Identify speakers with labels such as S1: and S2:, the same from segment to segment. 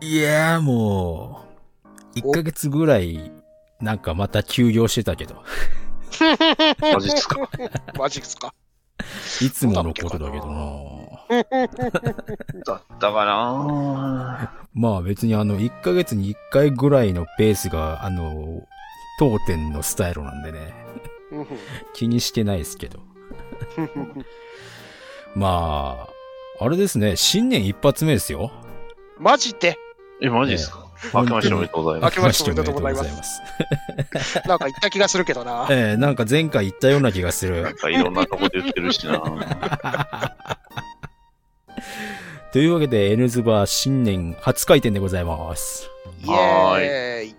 S1: いやーもう、1ヶ月ぐらい、なんかまた休業してたけど、
S2: マジっすか。
S3: マジっすか。
S1: いつものことだけどな
S2: だったかな
S1: まあ別にあの、1ヶ月に1回ぐらいのペースが、あの、当店のスタイルなんでね、
S3: うん
S1: 気にしてないですけ ど。まあ、あれですね、新年一発目ですよ。
S3: マジで
S2: え、マジっすか。明けましておめでとうございま
S3: 明
S2: す。
S3: けましておめでとうござい
S1: 明
S3: ま
S1: け
S3: す
S1: ましておめでとうございます。
S3: なんか言った気がするけどな。
S1: ええなんか前回言ったような気がす
S2: なん
S1: る。
S2: かいろんなとこで言ってるしな。
S1: というわけで、N ズバー新年初回転でございます。
S3: イエーイ。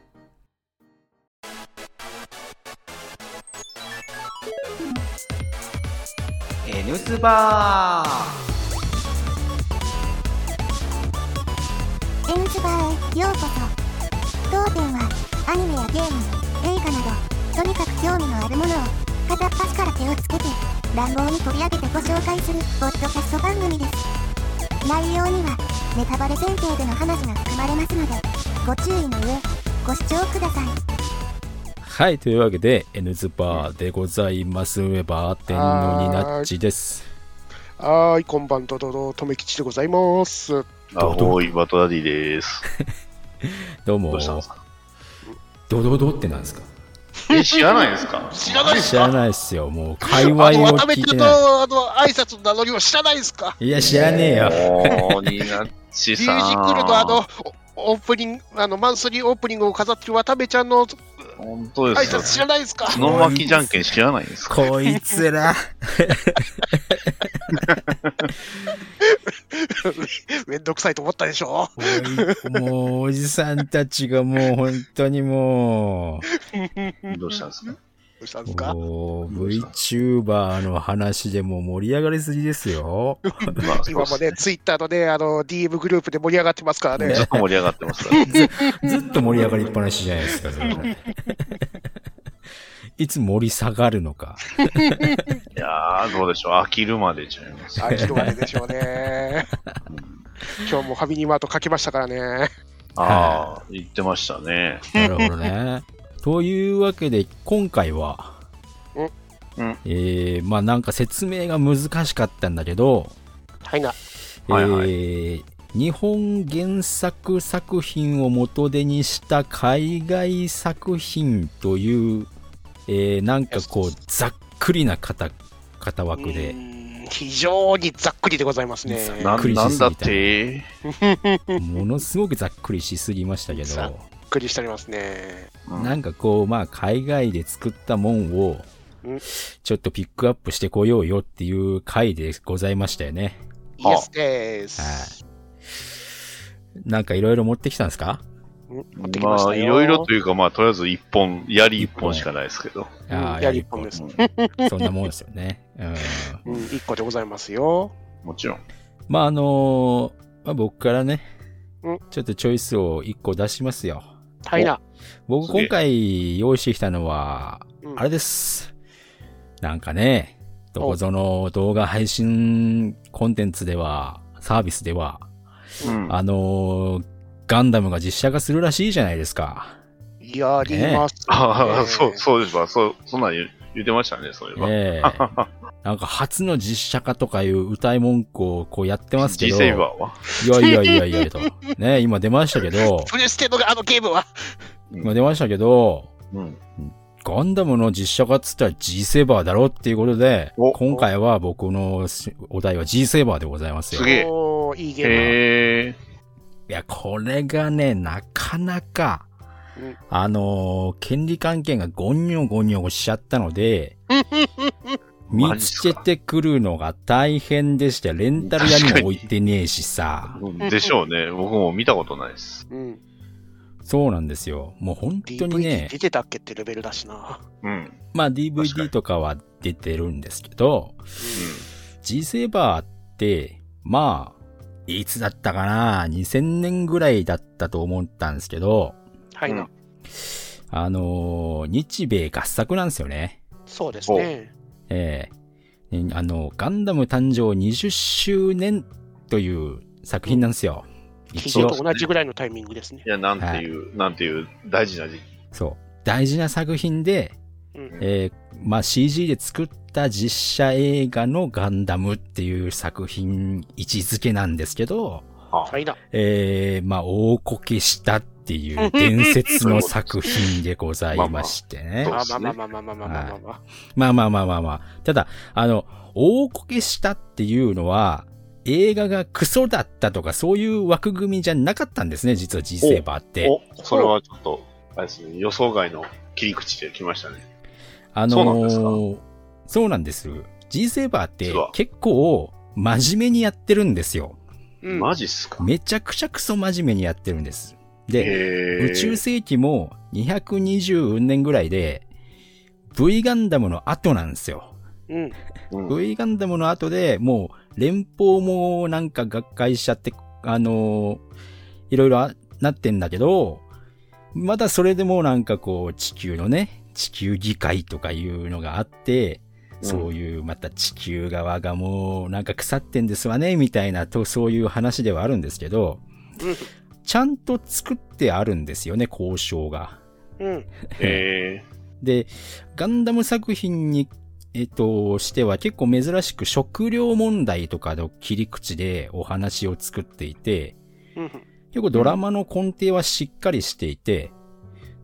S4: N スバー
S5: エンズバーへようこそ当店はアニメやゲーム映画などとにかく興味のあるものを片っ端から手をつけて乱暴に取り上げてご紹介するポッドキャスト番組です内容にはネタバレ前提での話が含まれますのでご注意の上ご視聴ください
S1: はい、というわけで、N ズバーでございます。ウェバーテンのニナッチです。
S3: はーい、こんばんどどど、とめきちでございます。
S2: あ、おい、バトダディです。
S1: どうも。
S2: どうしたんですか
S1: ドドドってなんですか
S2: え、知らないんですか
S3: 知らないっす
S1: 知
S3: から
S1: ないっすよ。もう、界隈
S3: あの、
S1: を聞
S3: 渡辺
S1: いて
S3: 君
S1: な
S3: の、あの、挨拶の名乗りを知らないですか
S1: い。いや、知らねえよ。
S2: もう、ニナッチ
S3: ミュ
S2: さん。
S3: ージックルのあの、おオープニング、あの、マンスリーオープニングを飾ってる渡辺ちゃんの挨
S2: 本当ですよ
S3: 拶知らないですか
S2: 角巻きじゃんけん知らないんですか
S1: こいつら。
S3: めんどくさいと思ったでしょ
S1: おいもう、おじさんたちがもう、本当にも
S2: どうしたんですか
S3: どうしたんです
S1: う、
S3: か
S1: もう VTuber の話でもう盛り上がりすぎですよ。
S2: まあ、
S3: 今
S2: 少し
S3: もね、ツイッターのね、あの、DM グループで盛り上がってますからね
S2: ず。っと盛り上がってますからね。
S1: ずっと盛り上がりっぱなしじゃないですか、それはねいつ盛り下がるのか。
S2: いやー、どうでしょう。飽きるまでちゃいます。
S3: 飽きるまででしょうね。今日もファミリーマート書きましたからね。
S2: ああ、言ってましたね。
S1: なるほどね。というわけで、今回は
S3: うん
S2: うん、
S1: えー、まあなんか説明が難しかったんだけど、
S3: はいな。
S2: はいはい
S1: えー日本原作作品を元手にした海外作品という、えーなんかこう、ざっくりな型、型枠
S3: う
S1: で、
S3: ーん非常にざっくりでございますね。
S1: ざ
S2: な
S1: っくりしすぎた
S2: なんだって
S1: ものすごくざっくりしすぎましたけ
S3: ざっ
S1: ど、
S3: ざっくりしておりますね。
S2: うん
S1: なんかこう、まあ、海外で作ったもんを
S3: うん、
S1: ちょっとピックアップしてこようよっていう回でございましたよね。
S3: イ
S2: はあ
S3: エスです。
S1: なんかいろいろ持ってきたんですか
S3: うん持ってきまし
S2: ま
S3: た
S2: あ、
S3: よ
S2: いろいろというか、まあ、とりあえず一本、槍一本しかないですけど。
S3: うん
S1: あー
S3: やりっぱです。
S1: そんなもんですよね。うん
S3: うん、一個でございますよ。
S2: もちろん。
S1: まああのーまあ、僕からね
S3: うん、
S1: ちょっとチョイスを1個出しますよ。
S3: はいな。
S1: 僕
S2: すげえ
S1: 今回用意してきたのは、
S3: うん
S1: あれです。なんかね、どこぞの動画配信コンテンツでは、サービスでは、
S2: うん。
S1: あのーガンダムが実写化するらしいじゃないですか。
S3: やります、ね。
S2: ああ、そう、そうですわ。そう、そんなん言う言ってましたね、そういえば。
S1: ええなんか初の実写化とかいう歌い文句をこうやってますけ
S2: G
S1: ど。
S2: セイバーは。
S1: いやいやいやいや と。ね今出ましたけど、
S3: プレステのあのゲームは。
S1: 今出ましたけど、
S2: うん。
S1: ガンダムの実写化っつったら G セーバーだろっていうことで
S2: お、
S1: 今回は僕のしお題は G セーバーでございますよ。
S2: す
S1: い
S2: げえ
S3: おーいいゲームだ。
S2: へえ。
S1: や、これがね、なかなか
S3: うん、
S1: あのー権利関係がゴニョゴニョしちゃったので、見つけてくるのが大変でして、レンタル屋にも置いてねえしさ。
S2: でしょうね。僕も見たことないです。
S3: うん、
S1: そうなんですよ。もう本当に
S3: DVD
S1: ね、
S3: 出てたっけってレベルだしな。
S2: うん。
S1: まあ
S2: 確か
S1: DVD
S2: に
S1: とかは出てるんですけど、G セーバーって、まあ、いつだったかな ?2000 年ぐらいだったと思ったんですけど、
S3: はいな。
S2: うん
S1: あのー日米合作なんですよね。
S3: そうですね。
S1: ええねあの、ガンダム誕生20周年という作品なんですよ。
S3: 記
S1: 一
S3: 事
S1: 応
S3: と、同じぐらいのタイミングですね。
S2: いや、なんていう、なんていう大事な時期。
S1: そう、大事な作品で、
S3: うん
S1: えーまあ、CG で作った実写映画のガンダムっていう作品位置づけなんですけど、
S3: はいだ。
S1: えーまあ、大こけしたっていう伝説の作品でございましてね。
S2: そ う
S3: ま
S2: で
S3: あ
S2: す
S3: まあ
S2: ね
S3: まあまあまあまあまあまあまあ。
S1: まあまあまあまあまあ。ただ、あの、大こけしたっていうのは、映画がクソだったとか、そういう枠組みじゃなかったんですね、実は G セーバーって。
S2: お、それはちょっと、あれですね、予想外の切り口で来ましたね。
S1: あ
S2: そうなんですか
S1: のーそうなんです。G セーバーって
S2: 実は
S1: 結構真面目にやってるんですよ。
S3: うん
S2: マジっすか
S1: めちゃくちゃクソ真面目にやってるんです。で、
S2: 宇
S1: 宇宙世紀も220年ぐらいで、V ガンダムの後なんですよ。
S3: うん。
S2: うん、
S1: V ガンダムの後でもう連邦もなんか学会しちゃって、あのーいろいろあなってんだけど、まだそれでもなんかこう地球のね、地球議会とかいうのがあって、
S2: うん
S1: そういうまた地球側がもうなんか腐ってんですわね、みたいなとそういう話ではあるんですけど、ちゃんと作ってあるんですよね、交渉が。
S3: うん。うん。
S2: え
S1: で、ガンダム作品に、えっと、しては結構珍しく食料問題とかの切り口でお話を作っていて、
S3: うん。
S1: 結構ドラマの根底はしっかりしていて、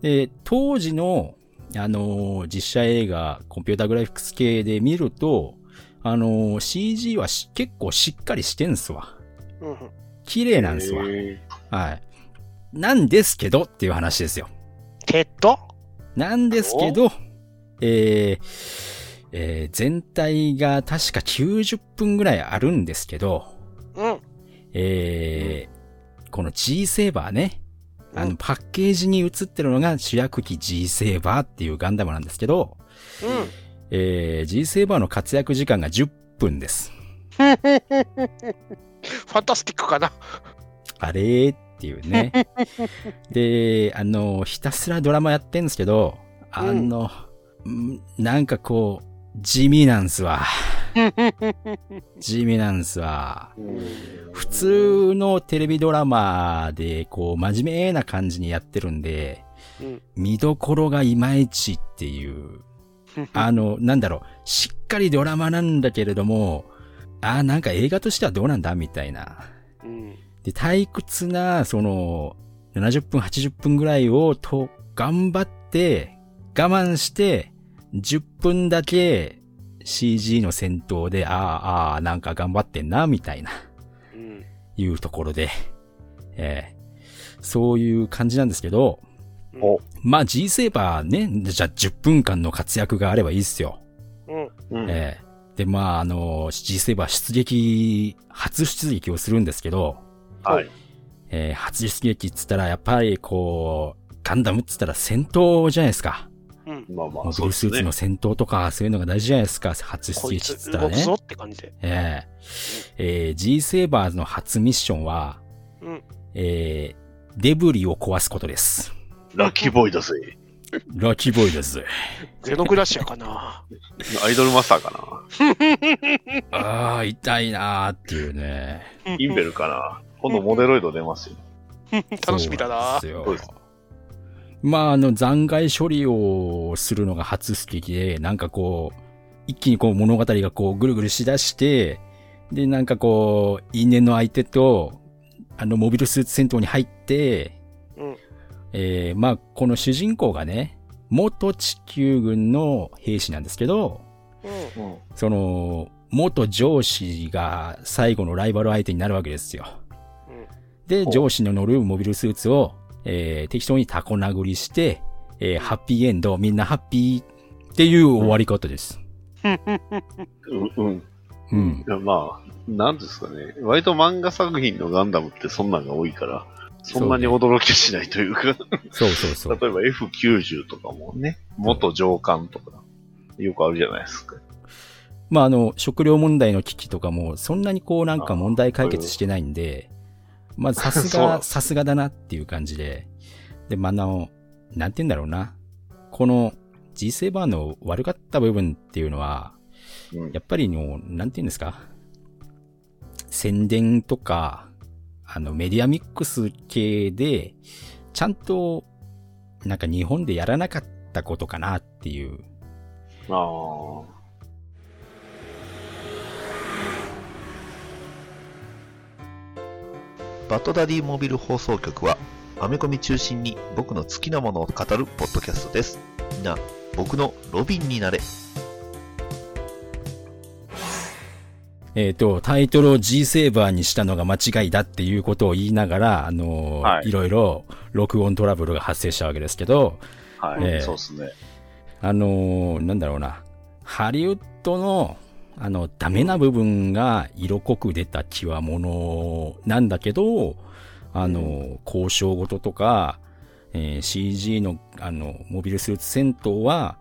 S1: で、当時の、あのー実写映画、コンピュータグラフィックス系で見ると、あのー CG はし結構しっかりしてんすわ。
S3: うん。
S1: 綺麗
S2: ー、
S1: なんすわ。
S2: え
S1: はい。なんですけどっていう話ですよ。
S3: テッド
S1: なんですけど、えーえー全体が確か90分ぐらいあるんですけど、
S3: うん。
S1: えーこの G セーバーね、あ
S3: う
S1: の
S3: ん
S1: パッケージに映ってるのが主役機 G セーバーっていうガンダムなんですけど、えー G セーバーの活躍時間が10分です。
S3: うん。ファンタスティックかな。
S1: あれーっていう ね。で、あの、ひたすらドラマやってんですけど、あの、んなんかこう、地味なんす わ。地味なんすわ。普通のテレビドラマで、こう、真面目な感じにやってるんで、
S3: うん
S1: 見どころがいまいちっていう、あの、なんだろう、しっかりドラマなんだけれども、あーなんか映画としてはどうなんだみたいな。
S3: うん。
S1: で、退屈な、その、70分、80分ぐらいをと、頑張って、我慢して、10分だけ CG の戦闘で、ああ、ああ、なんか頑張ってんな、みたいな、
S3: うん。
S1: いうところで、ええそういう感じなんですけど、
S2: お
S1: まあ G セーバーね、じゃあ10分間の活躍があればいいっすよ。
S3: うん。
S2: うん
S1: ええで、まあ、あの、G セーバー出撃、初出撃をするんですけど、
S2: はい。
S1: えー初出撃っつったら、やっぱりこう、ガンダムっつったら戦闘じゃないですか。
S3: うん。
S2: まあま
S1: モ
S2: あ、
S1: ビ
S2: そう
S1: ル
S2: です
S1: スーツ
S2: ね
S1: の。戦闘とか、そういうのが大事じゃないですか。初
S3: こ
S1: 出
S3: い
S1: 撃っつ
S3: つ
S1: ったら
S3: 動く
S1: ね
S3: ぞ。って感じで。
S1: えーえー G セーバーズの初ミッションは、
S3: うん
S1: えーデブリを壊すことです。
S2: ラッキーボーイだぜ。
S1: ラッキーボーイです。
S3: ゼノグラシアかな。
S2: アイドルマスターか
S1: ああ、痛いなーっていうね。
S2: なインベルかな今度モデロイド出ますよ。
S3: 楽しみだな。
S1: そう
S2: そ
S1: ん
S2: う
S1: で
S2: ですす
S1: よ。まあ、あの、残骸処理をするのが初出撃で、なんかこう、一気にこう物語がこうぐるぐるしだして、で、なんかこう、因縁の相手と、あの、モビルスーツ戦闘に入って、
S3: うん
S1: えーまあ、この主人公がね、元地球軍の兵士なんですけど、
S3: うん。
S2: うん。
S1: その、元上司が最後のライバル相手になるわけですよ。
S3: うん
S1: で、
S2: ほう
S1: 上司の乗るモビルスーツを、えー適当にタコ殴りして、えーハッピーエンド、みんなハッピーっていう終わり方です。
S2: うん。
S1: うん。
S2: いやまあ、なんですかね。割と漫画作品のガンダムってそんなんが多いから、そんなに驚きはしないというか、
S1: そうそうそ
S2: 例え
S1: う。
S2: ば F90 とかもね、元上官とか、よくあるじゃないですか。
S1: まあ、あの、食料問題の危機とかも、そんなにこうなんか問題解決してないんで、まあ、さす
S2: そ
S1: が、
S2: う
S1: さすがだなっていう感じで。で、まあ、あの、なんて言うんだろうな。この G セーバーの悪かった部分っていうのは、
S2: うん
S1: やっぱりの、なんて言うんですか宣伝とか、あの、メディアミックス系で、ちゃんと、なんか日本でやらなかったことかなっていう。
S2: ああ。
S6: バトダディモビル放送局は、アメコミ中心に僕の好きなものを語るポッドキャストです。みんな、僕のロビンになれ。
S1: えっ、と、タイトルを G セーバーにしたのが間違いだっていうことを言いながら、あのー
S2: はい
S1: いろいろ録音トラブルが発生したわけですけど、
S2: はい、
S1: ええ
S2: そうですね。
S1: あのーなんだろうな、ハリウッドの、あの、ダメな部分が色濃く出た際物なんだけど、あのー交渉事とか、えー CG の、あの、モビルスーツ戦闘は、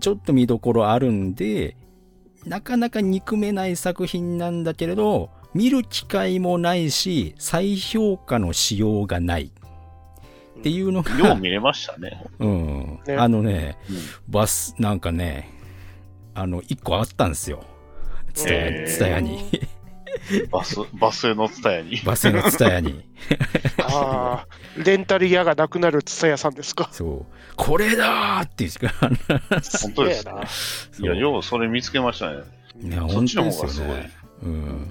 S1: ちょっと見どころあるんで、なかなか憎めない作品なんだけれど、見る機会もないし、再評価のしようがない。っていうのが、
S2: よう見れましたね。
S1: うん。
S3: ね
S1: あのね、
S2: うん
S1: バス、なんかね、あの、一個あったんですよ。ツタ
S2: え
S1: ヤ、
S2: ー
S1: ツタヤに。
S2: バス、バスへのツタヤに。
S1: バスのツタヤに。
S3: ああ、レンタル屋がなくなる蔦屋さんですか。
S1: そう。これだーって言うしか、
S2: 本当ですね
S3: すげえな。
S2: いや、ようそれ見つけましたね。
S1: いや、
S2: そっ
S1: 本
S2: ちの
S1: 当で
S2: 方が
S1: す
S2: す
S1: よ
S2: ごい
S1: ね。うん。
S2: なん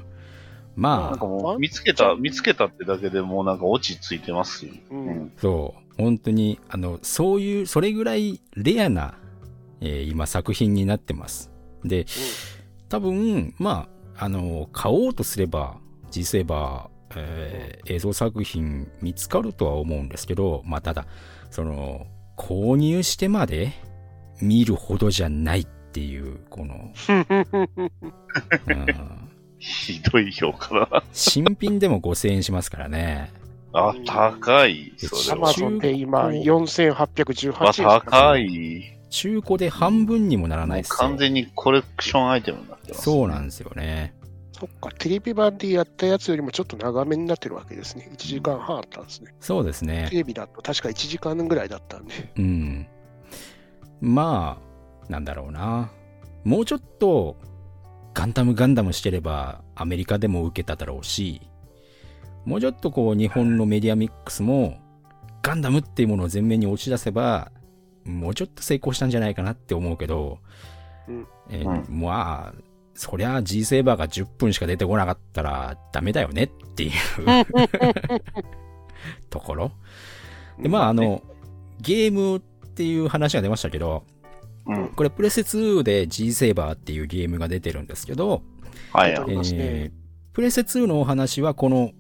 S1: ま
S2: か
S1: あ、
S2: もう、見つけた、見つけたってだけでもうなんかオチついてますよ。
S3: うん
S1: そう。本当に、あの、そういう、それぐらいレアな、えー今作品になってます。で、多分、まあ、あの、買おうとすれば、実際ば、えー映像作品見つかるとは思うんですけど、まあ、ただ、その、購入してまで見るほどじゃないっていう、こ の、うん
S2: ひどい評価だ。
S1: 新品でも5000円しますからね。
S2: あ、高い。
S3: ア
S2: それ
S3: マ
S2: は。
S3: ゾンで今、4818
S2: まあ、
S3: 円。
S2: 高い。
S1: 中古で半分にもならな
S2: も
S1: いうですよ。
S2: 完全にコレクションアイテムになってます。
S1: そうなんですよね。
S3: そっか、テレビ版でやったやつよりもちょっと長めになってるわけですね。1時間半あったんですね。
S1: そうですね
S3: テ。レビだと確か1時間ぐらいだったんで。
S1: うん。まあ、なんだろうな。もうちょっと、ガンダムガンダムしてれば、アメリカでも受けただろうし、もうちょっとこう、日本のメディアミックスも、ガンダムっていうものを前面に押し出せば、もうちょっと成功したんじゃないかなって思うけど、
S3: うん
S1: えーまあ、そりゃ G セーバーが10分しか出てこなかったらダメだよね っていうところ。で、まあ、あの、ゲームっていう話が出ましたけど、
S2: うん。
S1: これプレステ2で G セーバーっていうゲームが出てるんですけど、
S2: はい
S3: あ。りますね
S1: ープレステ2のお話はこの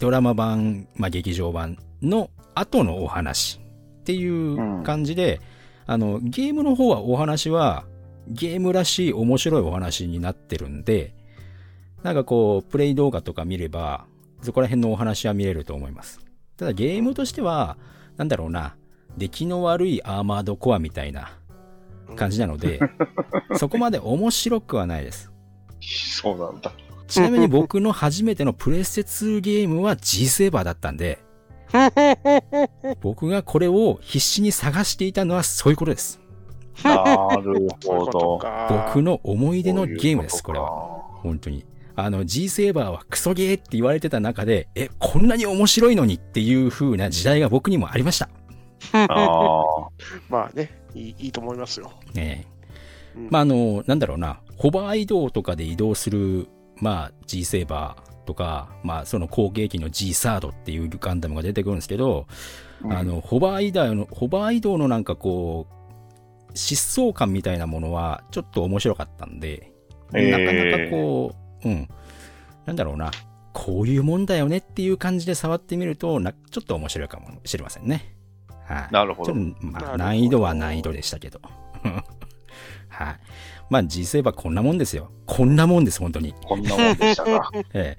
S1: ドラマ版、まあ、劇場版の後のお話っていう感じで、あの、ゲームの方はお話はゲームらしい面白いお話になってるんで、なんかこう、プレイ動画とか見れば、そこら辺のお話は見れると思います。ただゲームとしては、なんだろうな、出来の悪いアーマードコアみたいな感じなの で、そこまで面白くはないです。
S2: そうな んだ。
S1: ちなみに僕の初めてのプレステ2ゲームは G セーバーだったん で、僕がこれを必死に探していたのはそういうことです。
S2: なる
S3: そういうこ
S2: ほ
S3: と
S2: ど。
S3: か。
S1: 僕の思い出のゲームで
S2: そういう
S1: す、
S2: と
S1: これ
S2: か
S1: は。本当に。あの、G セーバーはクソゲーって言われてた中で、え、こんなに面白いのにっていう風な時代が僕にもありました。
S2: ああ。
S3: まあね、いいいいと思いますよ。
S1: ねえ
S3: うん
S1: まあ、あの、なんだろうな、ホバー移動とかで移動する、まあ、G セーバーとか、まあ、その後継機の G サードっていうガンダムが出てくるんですけど、あの、ホバー移動の、ホバー移動のなんかこう、疾走感みたいなものは、ちょっと面白かったんで、
S2: え
S1: な
S2: ー
S1: かなかこう、うん、なんだろうな、こういうもんだよねっていう感じで触ってみると、なちょっと面白いかもしれませんね。はい。
S2: なるほど
S1: ちょっとま
S3: なる
S1: あ、
S3: ほど
S1: 難易度は難易度でしたけど。 はい。まあ、実際はこんなもんですよ。こんなもんです、本当に。
S2: こんなもんでし たか。
S1: ええ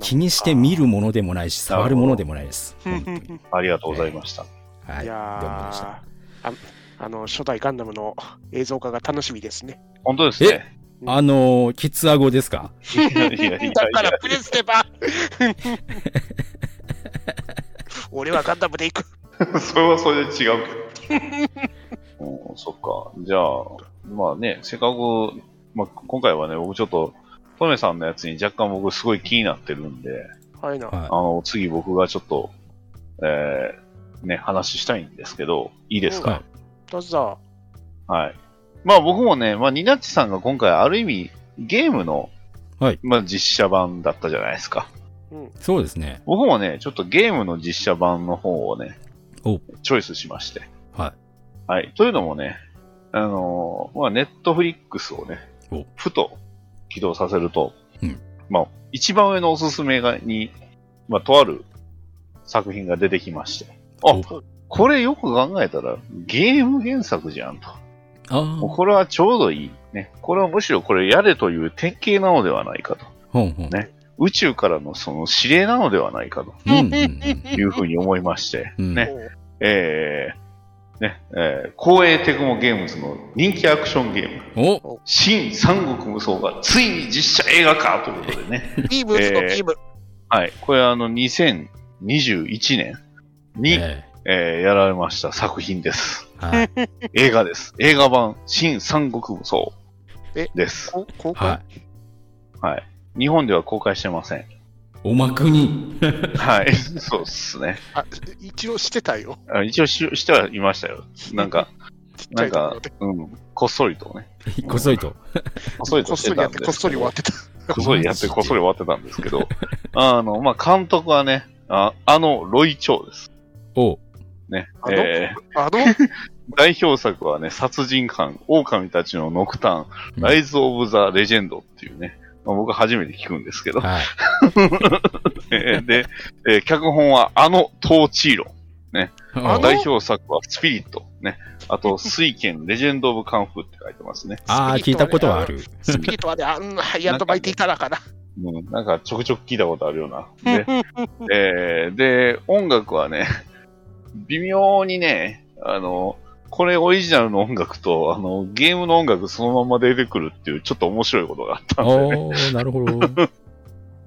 S1: 気にして見るものでもないし、触るものでもないです。
S3: なる
S1: 本
S3: ほ
S1: 当
S3: ど
S1: に。
S2: ありがとうございました。
S1: はい。
S3: い
S1: どう
S3: や
S1: もでした。
S3: ーああの初代ガンダムの映像化が楽しみですね。
S2: 本当ですね。
S1: あのー、ケツアゴですか
S2: い やいやいやいや
S3: だからプレステ版俺はガンダムで行く。
S2: それはそれで違うけど。 うん、そっか。じゃあ、まあね、せっかく、まあ、今回はね、僕ちょっと、トメさんのやつに若干僕すごい気になってるんで、
S3: はいな。
S1: は
S2: あの、次僕がちょっと、えー、ね、話したいんですけど、いいですか、
S1: はい
S3: どうぞ。
S2: はい。まあ僕もね、まあニナッチさんが今回ある意味ゲームの、
S1: はい
S2: まあ実写版だったじゃないですか。
S3: うん。
S1: い。そうですね。
S2: 僕もね、ちょっとゲームの実写版の方をね
S1: お、
S2: チョイスしまして。
S1: は
S2: はい。というのもね、あのーまあネットフリックスをね
S1: お、
S2: ふと起動させると、
S1: うん
S2: まあ一番上のおすすめがに、まあとある作品が出てきまして。あ
S1: お、
S2: これよく考えたらゲーム原作じゃんと。
S1: ああ。
S2: もうこれはちょうどいい。ね。これはむしろこれやれという典型なのではないかと。
S1: ほんほん。
S2: ね宇宙からのその指令なのではないかと
S1: うんうんうん。
S2: いうふうに思いまして、
S1: うん
S2: ね。えー、ね、えー、光栄テクモゲームズの人気アクションゲーム、
S1: お
S2: 新三国無双がついに実写映画化ということでね。
S3: ビームズのビーム。
S2: はい。これはあの、2021年に、え
S1: え
S2: ーやられました作品です。
S1: えはい。
S2: 映画です。映画版、新三国無双
S3: え
S2: です。
S3: こ公開
S1: はい。
S2: はい。日本では公開してません。
S1: おまくに。
S2: はい。そうっすね。
S3: あ、一応してたよ。
S2: あ一応ししてはいましたよ。なんか、
S3: ちっちゃ
S2: なん
S3: いとこ
S2: か
S3: ろで。、
S2: うん、こっそりとね。
S1: こっそりと。
S2: こっそり
S3: ことっ
S2: し
S3: そ
S2: て
S3: りや
S2: た
S3: っ
S2: ん
S3: て、
S2: で。
S3: こっそり終わってた。
S2: こっそりやって、こっそり終わってたんですけど、 あの、まあ、監督はね、ああの、ロイ・チョウです。
S1: お
S2: ね
S3: あ。の
S2: えー
S3: あの、
S2: 代表作はね、殺人犯、狼たちのノクター
S1: う
S2: ン、
S1: ん
S2: ライズ・オブ・ザ・レジェンドっていうね、まあ、僕初めて聞くんですけど、
S1: はい。
S2: えーで、えー脚本はあの、トーチーロン
S3: あの
S2: 代表作はスピリット。ね。あと、水剣、レジェンド・オブ・カンフーって書いてますね。
S1: ああ、聞いたことはある。
S3: スピリットはね、あんなハイアンドバイティからかな。
S2: うん、なんかちょくちょく聞いたことあるような。で、えーで、音楽はね、 微妙にね、あの、これオリジナルの音楽と、あの、ゲームの音楽そのまま出てくるっていう、ちょっと面白いことがあったんで、ね。
S1: おー、なるほ ど。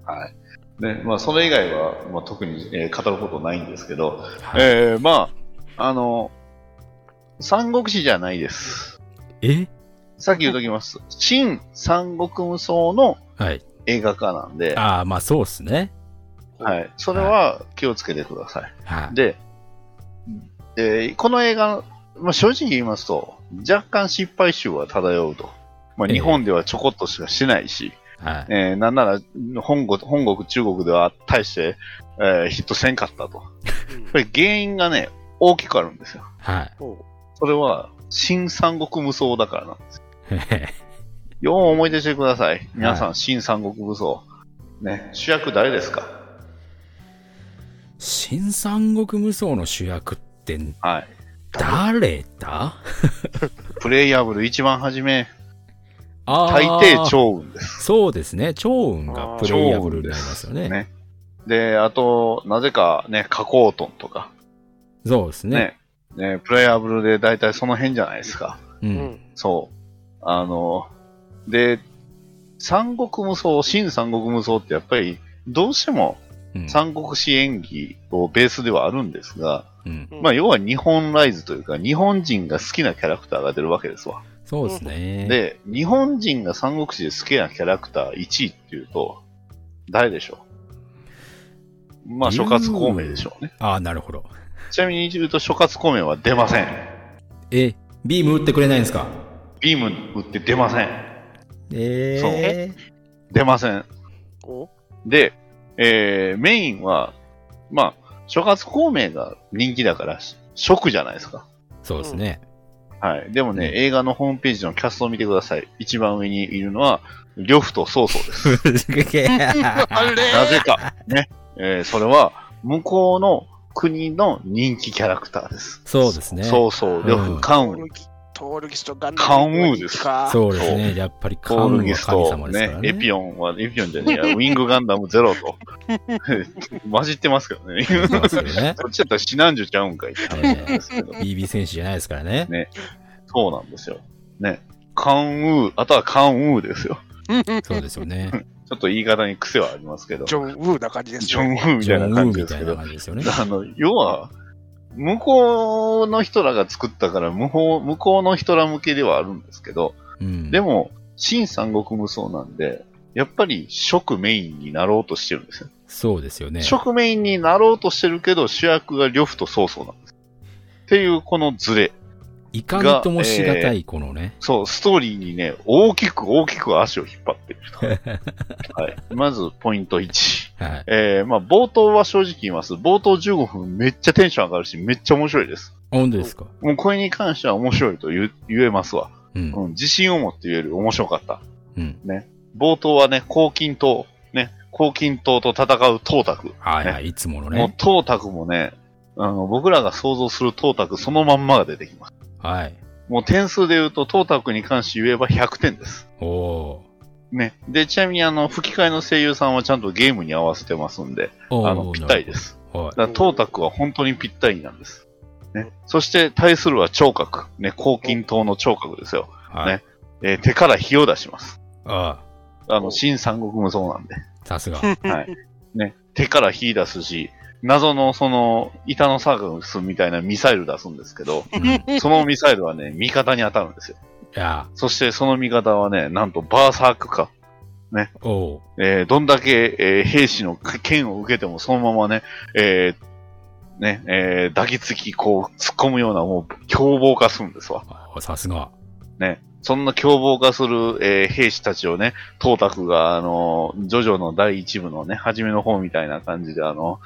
S2: はい。ね、まあ、それ以外は、まあ、特に、えー語ることないんですけど、
S1: はい
S2: えーまあ、あの、三国志じゃないです。
S1: え
S2: さっき言うときます。新三国無双の
S1: はい。
S2: 映画化なんで、
S1: ああ、まあそうっすね。
S2: はい。それは気をつけてください。
S1: はい。
S2: で、えーこの映画、まあ、正直言いますと、若干失敗集は漂うと。まあ、
S1: ええ
S2: 日本ではちょこっとしかしてないし、
S1: はい。
S2: えーなんなら本国、本国、中国では大して、えーヒットせんかったと。やっぱり原因がね、大きくあるんですよ。
S1: はい。
S2: それは、新三国無双だからなんです。
S1: へへ
S2: よう思い出してください。皆さん、新三国武装。ね、主役誰ですか
S1: 新三国無双の主役って
S2: はい。
S1: 誰だ
S2: プレイヤブル一番初め、
S1: あ
S2: 大
S1: ー
S2: 抵趙雲です。
S1: そうですね。超運がプレイヤブルになりますよね。
S2: ね。で、あと、なぜかね、加工トンとか、
S1: そうですね。
S2: ね。ね、プレイヤブルで大体その辺じゃないですか。
S1: う。
S3: うんん。
S2: そう。あの、で、三国無双、新三国無双ってやっぱり、どうしても
S1: うん。
S2: 三国志演技をベースではあるんですが、
S1: うん
S3: うん
S2: まあ、要は日本ライズというか、日本人が好きなキャラクターが出るわけですわ。
S1: そうですね。
S2: で、日本人が三国志で好きなキャラクター1位っていうと、誰でしょうまあ、諸葛孔明でしょうね。
S1: ああ、なるほど。
S2: ちなみに言うと、諸葛孔明は出ません。
S1: え、ビーム打ってくれないんですか
S2: ビーム打って出ません。そう
S1: えー、
S2: 出ません。
S3: お
S2: で、えー、メインは、まあ、諸葛孔明が人気だから、食じゃないですか。
S1: そうですね。
S2: はい。でもね、
S1: うん
S2: 映画のホームページのキャストを見てください。一番上にいるのは、呂布と曹操です。
S3: あれ
S2: なぜか。ね。えーそれは、向こうの国の人気キャラクターです。
S1: そうですね。
S2: そうそう。呂
S1: う
S2: 布
S1: ん
S2: 関
S3: トー
S2: 羽
S3: ル。ギトールギスとガン
S2: 関羽です
S3: か
S1: そうですね。やっぱりカ
S2: コー
S1: ウ
S2: ル
S1: ン
S2: ギ
S1: は
S2: ス
S1: 神
S2: と
S1: 様、ですから
S2: ね、
S1: ね。
S2: エピオンは、エピオンじゃねえや、ウィングガンダムゼロ と。混じってますけどね。
S1: そうですよね。
S2: こっちだったらシナンジュちゃうんかいって話なんですけど。
S1: BB 選手じゃないですからね。
S2: そうなんですよ。ね。関羽、あとは関羽ですよ。
S1: そうですよね。
S2: ちょっと言い方に癖はありますけど。
S3: ジョン・ウーな感じです
S2: ジ
S3: よ
S2: ョン・ウー み
S1: ジ
S2: た
S1: ョ
S2: い
S1: ン・
S2: な
S1: ウー
S2: 感じ
S1: み
S2: です
S1: た
S2: け
S1: い
S2: ど
S1: な。感じですよね。
S2: あの、要は、向こうの人らが作ったから無法、向こうの人ら向けではあるんですけど、
S1: うん、
S2: でも、新三国無双なんで、やっぱり食メインになろうとしてるんですよ。
S1: そうですよね。
S2: 食メインになろうとしてるけど、主役が呂布と曹操なんです。っていう、このズレ。
S1: いかにともしがたい、このね。
S2: そう、ストーリーにね、大きく大きく足を引っ張っていると。はい。まず、ポイント1。
S1: はい。
S2: えー、まあ、冒頭は正直言います。冒頭15分めっちゃテンション上がるし、めっちゃ面白いです。
S1: 本当ですか。
S2: もうこれに関しては面白いと言う言えますわ。
S1: うん。
S2: うん、自信を持って言える。面白かった。
S1: うん。
S2: 冒頭はね、黄金党、ね、黄金党と戦う董卓。
S1: はいはい、いつもの
S2: もう
S1: ね。
S2: 董卓もね、あの、僕らが想像する董卓そのまんまが出てきます。
S1: はい。
S2: もう点数で言うと董卓に関して言えば100点です。
S1: おお
S2: ね。で、ちなみにあの、吹き替えの声優さんはちゃんとゲームに合わせてますんで、
S1: ー。おー
S2: あの、ぴったりで。す。
S1: なるほど
S2: だから董卓は本当にぴったりなんです。ね。そして対するは聴覚。ね、黄金党の聴覚ですよ。
S1: はい。はい
S2: ね。えー手から火を出します。
S1: あ
S2: あの、新三国無双なんで。
S1: あ、さす が。
S2: はい。ね、手から火出すし、謎のその、板のサーカスみたいなミサイル出すんですけど、
S1: うんい
S2: そのミサイルはね、味方に当たるんですよ。
S1: や
S2: そしてその味方はね、なんとバーサークか。
S1: ー、おー
S2: えーどんだけ、えー兵士の剣を受けてもそのままね、えーね、えー抱きつき、こう、突っ込むような、もう、凶暴化するんですわ。
S1: あー、さすが。
S2: ね、そんな凶暴化する、えー兵士たちをね、董卓が、あのー、ジョジョの第一部のね、初めの方みたいな感じで、あの、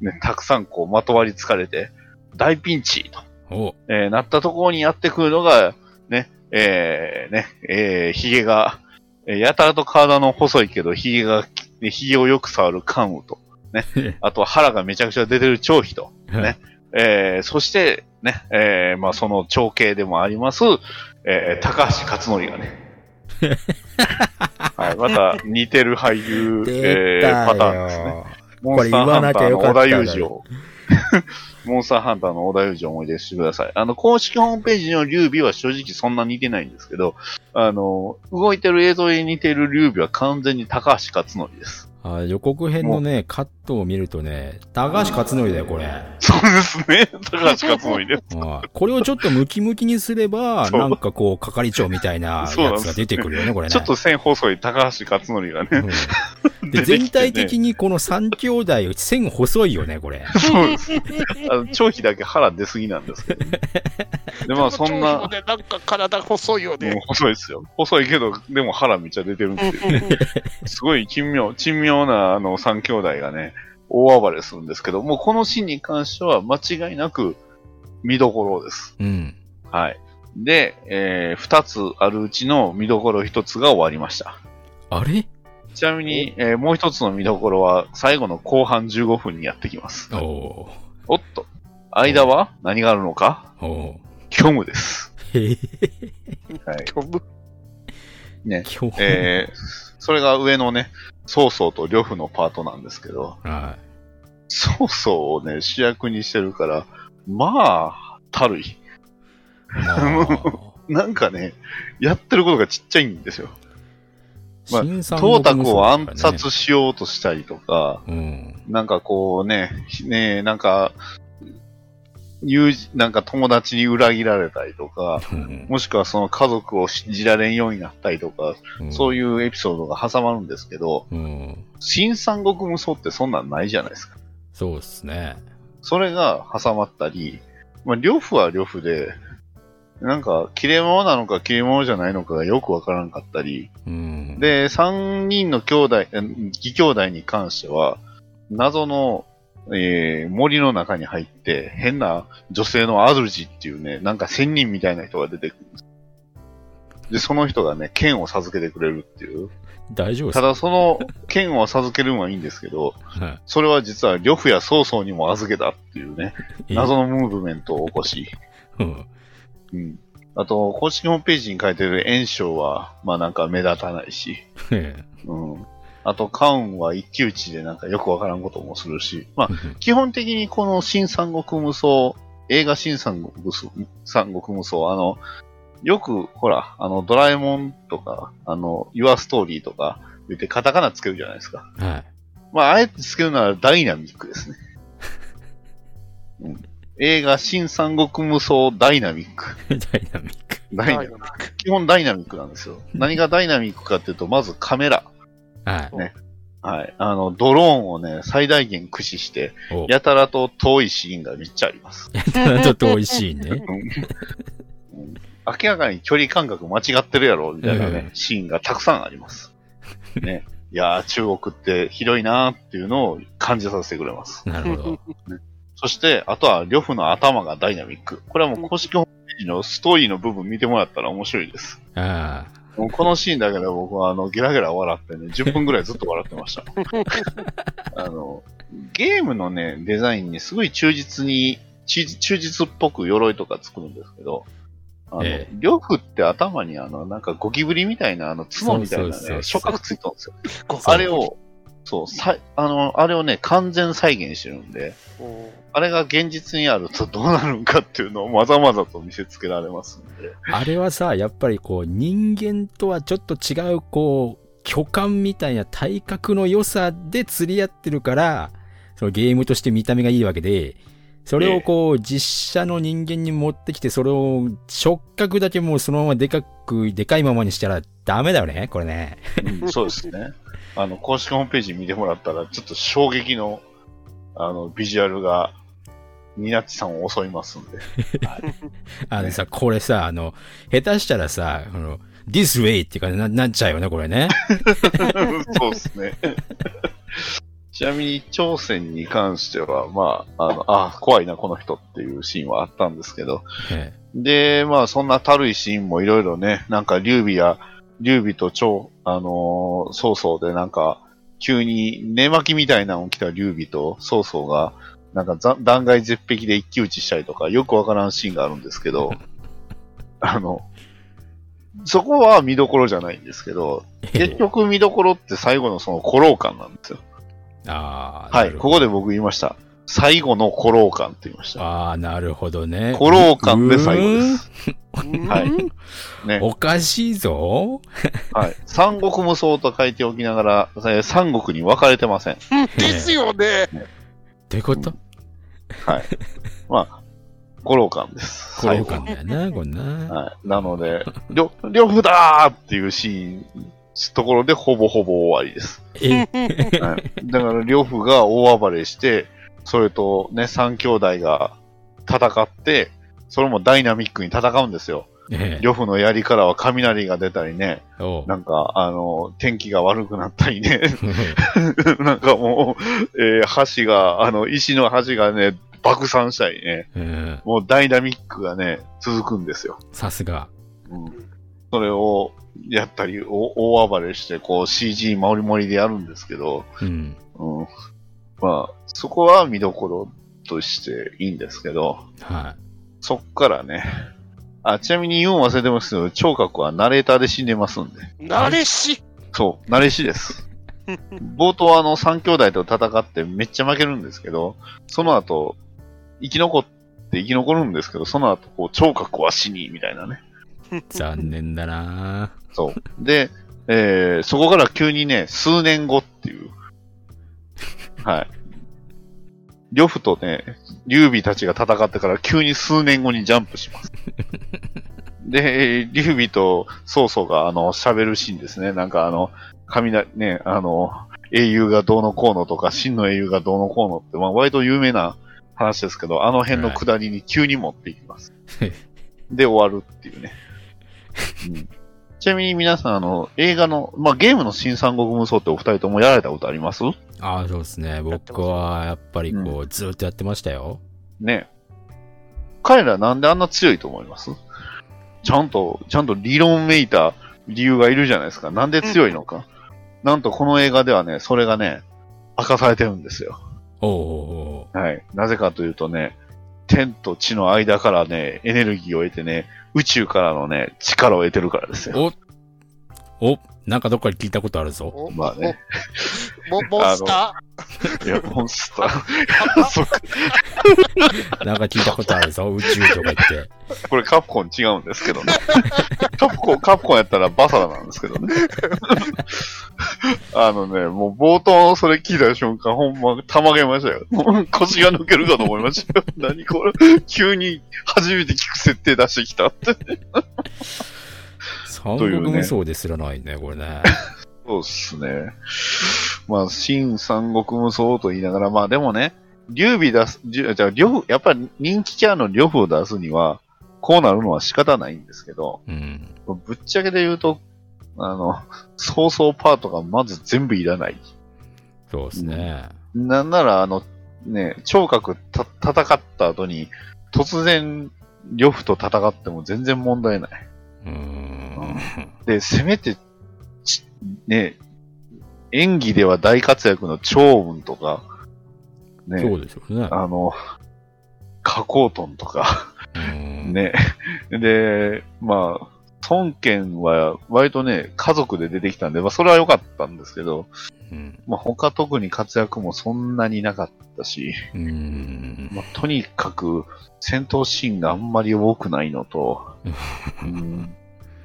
S2: ね、たくさんこう、まとわりつかれて、大ピンチと、
S1: おー
S2: えーなったところにやってくるのが、ね、えーね、えー、髭が、えーやたらと体の細いけど、髭が、ね髭をよく触る関羽と、ね、あとは腹がめちゃくちゃ出てる張飛と、ねえーそして、ね、えーまあ、その長兄でもあります、えー高橋克典 がね。はい、また似てる俳優、
S1: 出
S2: え
S1: た
S2: ーパターンですね。
S1: よ
S2: モンスターハ
S1: これ言わ
S2: ンターの小田
S1: なきゃよかったの
S2: 裕
S1: に
S2: 二を。モンスターハンターの小田裕二を思い出してください。あの、公式ホームページの劉備は正直そんな似てないんですけど、あの、動いてる映像に似てる劉備は完全に高橋克典です。
S1: あー予告編のね、カットを見るとね、高橋克典だよ、これ。
S2: そうですね。高橋克 典です。
S1: はいこれをちょっとムキムキにすれば、
S2: そう
S1: なんかこう、係長みたいな
S2: そうなん
S1: や
S2: で
S1: つ
S2: す
S1: が出てくるよね、これね。
S2: ちょっと線細い高橋克典が ね。
S1: うんで全体的にこの3兄弟、線細いよね、これ。
S2: そうです。あの、長飛だけ腹出すぎなんですけど、ね。で、まあそんな、も
S3: でなんか体細いよ
S2: う
S3: ね。
S2: 細いですよ。細いけど、でも腹めっちゃ出てるんですよ。 すごい珍妙、珍妙なあの三兄弟がね、大暴れするんですけど、もうこのシーンに関しては間違いなく見どころです。
S1: うん。
S2: はい。で、えー二つあるうちの見どころ一つが終わりました。
S1: あれ
S2: ちなみに、えーもう一つの見どころは最後の後半15分にやってきます。
S1: お
S2: おっと、間は何があるのか
S1: ーお
S2: 虚無です。
S1: ーへえ、
S2: はい。
S3: 虚無
S1: 今日。
S2: えーそれが上のね、曹操と呂布のパートなんですけど、
S1: は
S2: 曹操をね、主役にしてるから、まあ、たるい。
S1: い。まあ
S2: なんかね、やってることがちっちゃいんですよ。 まあ
S1: 新三国
S2: 董
S1: 無双だからね
S2: 卓を暗殺しようとしたりとか、
S1: うん。
S2: なんかこうね、ひねなんか、友人、なんか友達に裏切られたりとか、
S1: うん
S2: もしくはその家族を信じられんようになったりとか、そう
S1: い
S2: いうエピソードが挟まるんですけど、
S1: うん。うん。
S2: 新三国無双ってそんなんないじゃないですか。
S1: そうっすね。
S2: それが挟まったり、まあ、両夫は両夫で、なんか、切れ者なのか切れ者じゃないのかがよくわからんかったり、
S1: うん。、
S2: で、三人の兄弟、え義兄弟に関しては、謎の、えー森の中に入って、変な女性のアドルジっていうね、なんか仙人みたいな人が出てくるんです。で、その人がね、剣を授けてくれるっていう。
S1: 大丈夫
S2: た
S1: だ、
S2: だ、その剣を授けるのはいいんですけど、
S1: は
S2: それは実は、呂布や曹操にも預けたっていうね。
S1: い
S2: 謎のムーブメントを起こし、
S1: うん。
S2: うん、あと、公式ホームページに書いてる炎章は、まあなんか目立たないし、
S1: へ
S2: うん、あと、カウンは一騎打ちでなんかよくわからんこともするし、まあ
S1: え、
S2: 基本的にこの新三国無双、映画新三国無双、三国無双、あの、よく、ほら、あの、ドラえもんとか、あの、ユアストーリーとか言ってカタカナつけるじゃないですか。
S1: はい。
S2: まあ、あえてつけるならダイナミックですね。うん、映画、新三国無双ダイナミック。
S1: ダイナミック。
S2: ダイナ
S3: は
S2: ミ
S3: い
S2: ック基本ダイナミックなんですよ。何がダイナミックかっていうと、まずカメラ。
S1: はい。
S2: ねはい。あの、ドローンをね、最大限駆使して、
S1: お
S2: やたらと遠いシーンがめっちゃあります。
S1: ちょっと美味しいね。
S2: うん明らかに距離感覚間違ってるやろ、みたいなね、
S1: うん
S2: シーンがたくさんあります。ね。いやー、中国ってひどいなーっていうのを感じさせてくれます。
S1: なるほ ど。
S2: そして、あとは、呂布の頭がダイナミック。これはもう公式ホームページのストーリーの部分見てもらったら面白いです。
S1: あ
S2: もうこのシーンだけで僕はあのゲラゲラ笑ってね、10分ぐらいずっと笑っ てました。あの、ゲームのね、デザインにすごい忠実に、忠忠実っぽく鎧とか作るんですけど、あの、
S1: ええ
S2: 呂布って頭にあの、なんかゴキブリみたいな、あの、角みたいなね
S1: そうそうそう、そ
S2: 触
S1: う
S2: 覚ついたんですよ。
S3: こ
S2: あれ。を、そう、さあの、あれをね、完全再現してるんで、
S3: うん
S2: あれが現実にあるとどうなるんかっていうのをまざまざと見せつけられますんで。
S1: あ。あれはさ、やっぱりこう、人間とはちょっと違う、こう、巨漢みたいな体格の良さで釣り合ってるから、そのゲームとして見た目がいいわけで、それをこう、実写の人間に持ってきて、それを触覚だけもうそのままでかく、でかいままにしたらダメだよね、これね。
S2: うん そうですね。あの、公式ホームページ見てもらったら、ちょっと衝撃の、あの、ビジュアルが、ニナッチさんを襲いますん で。
S1: あのさ、これさ、あの、下手したらさ、あの、this way っていう感じにななっちゃうよね、これ ね。
S2: そうですね。 ちなみに、朝鮮に関しては、まあ、あの、あ、怖いな、この人っていうシーンはあったんですけど、
S1: え
S2: で、まあ、そんなたるいシーンもいろいろね、なんか、劉備や、劉備と張、あのー曹操でなんか、急に寝巻きみたいなのを着た劉備と曹操が、なんかざ、断崖絶壁で一騎打ちしたりとか、よくわからんシーンがあるんですけ ど、あの、そこは見どころじゃないんですけど、結
S1: え
S2: 局見どころって最後のその古老感なんですよ。
S1: ああ、
S2: はい、ここで僕言いました。最後の古老感って言いました。
S1: ああ、なるほどね。
S2: 古老感で最後
S1: う
S2: で
S1: ーん
S2: す。はい。ね。
S1: おかしいぞ。
S2: はい。三国無双と書いておきながら、えー三国に分かれてません。
S3: ですよね。
S1: ってこと
S2: まあ、五郎館です。
S1: これ感だよな、これ
S2: 最後
S1: な。
S2: はい。なので、りょ、両夫だーっていうシーン、ところでほぼほぼ終わりです。
S1: え、
S2: はい、だから両夫が大暴れして、それとね、三兄弟が戦って、それもダイナミックに戦うんですよ。
S1: え
S2: 両夫の槍からは雷が出たりね、
S1: え、おう
S2: なんか、あの、天気が悪くなったりね、 なんかもう、えー橋が、あの、石の橋がね、爆散したりね、
S1: うん
S2: もうダイナミックがね、続くんですよ。
S1: さすが。
S2: うん。それをやったり、お大暴れして、こう CG もりもりでやるんですけど、
S1: うん。
S2: うん。まあ、そこは見どころとしていいんですけど、
S1: は
S2: そっからね、あ、ちなみに言うん忘れてますけど、聴覚はナレーターで死んでますんで。
S3: 慣れし。
S2: そう、慣れしです。冒頭はあの3兄弟と戦ってめっちゃ負けるんですけど、その後、生き残って生き残るんですけど、その後、こう、聴覚は死に、みたいなね。
S1: い。残念だな。
S2: そう。で、えー、そこから急にね、数年後っていう。はい。呂布とね、劉備たちが戦ってから急に数年後にジャンプします。で、えー劉備と曹操があの、喋るシーンですね。なんかあの、雷、ね、あの、英雄がどうのこうのとか、真の英雄がどうのこうのって、まあ、割と有名な話ですけど、あの辺の下りに急に持っていきます。で、終わるっていうね。うんちなみに皆さん、あの、映画の、まあ、ゲームの新三国無双ってお二人ともやられたことあります
S1: ああ、そうですね。僕はやっぱりこう、ずっとやってましたよ。
S2: ね。彼らなんであんな強いと思いますちゃんと、ちゃんと理論めいた理由がいるじゃないですか。なんで強いのか。なんとこの映画ではね、それがね、明かされてるんですよ。
S1: おうおうおう
S2: はい。なぜかというとね、天と地の間からね、エネルギーを得てね、宇宙からのね、力を得てるからですよ。
S1: おおなんかどっかで聞いたことあるぞ。
S3: お
S2: まあね。
S3: もモンスタ
S2: いや、モンスター。
S3: ー。
S2: そっか
S1: なんか聞いたことあるぞ。宇宙とか言って。
S2: これカプコン違うんですけどね。カプコン、カプコンやったらバサラなんですけどね。あのね、もう冒頭のそれ聞いた瞬間、ほんま、たまげましたよ。もう腰が抜けるかと思いましたよ。何これ、急に初めて聞く設定出してきたって。
S1: 三国無双ですらないね、これね。
S2: そうっすね。まあ、新三国無双と言いながら、まあでもね、劉備出す、じゅじゃあ、呂布、やっぱり人気キャラの呂布を出すには、こうなるのは仕方ないんですけど、
S1: うん。
S2: ぶっちゃけで言うと、あの、早々パートがまず全部いらない。
S1: そうですね。
S2: なんなら、あの、ね、聴覚た戦った後に、突然、呂布と戦っても全然問題ない。
S1: うーん。
S2: で、せめて、ちね、演技では大活躍の長雲とか、ね、
S1: そうでしょうね。
S2: あの、加工トンとか、
S1: うん。
S2: ね。で、まあ、孫権は割とね、家族で出てきたんで、まあそれは良かったんですけど、
S1: うん。
S2: まあ他特に活躍もそんなになかったし、
S1: うん。
S2: まあとにかく戦闘シーンがあんまり多くないのと、うん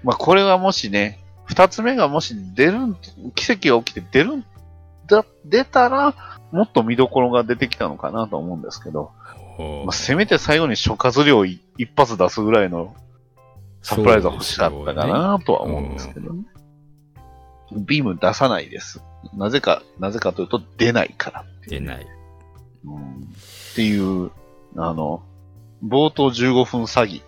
S2: まあこれがもしね、二つ目がもし出るん、奇跡が起きて出るん、だ、出たら、もっと見どころが出てきたのかなと思うんですけど、
S1: お
S2: まあ、せめて最後に諸葛亮い一発出すぐらいのサプライズは欲しかったかなとは思うんですけどね。ビーム出さないです。なぜか、なぜかというと出ないから。
S1: 出ない。
S2: うんっていう、あの、冒頭15分詐欺。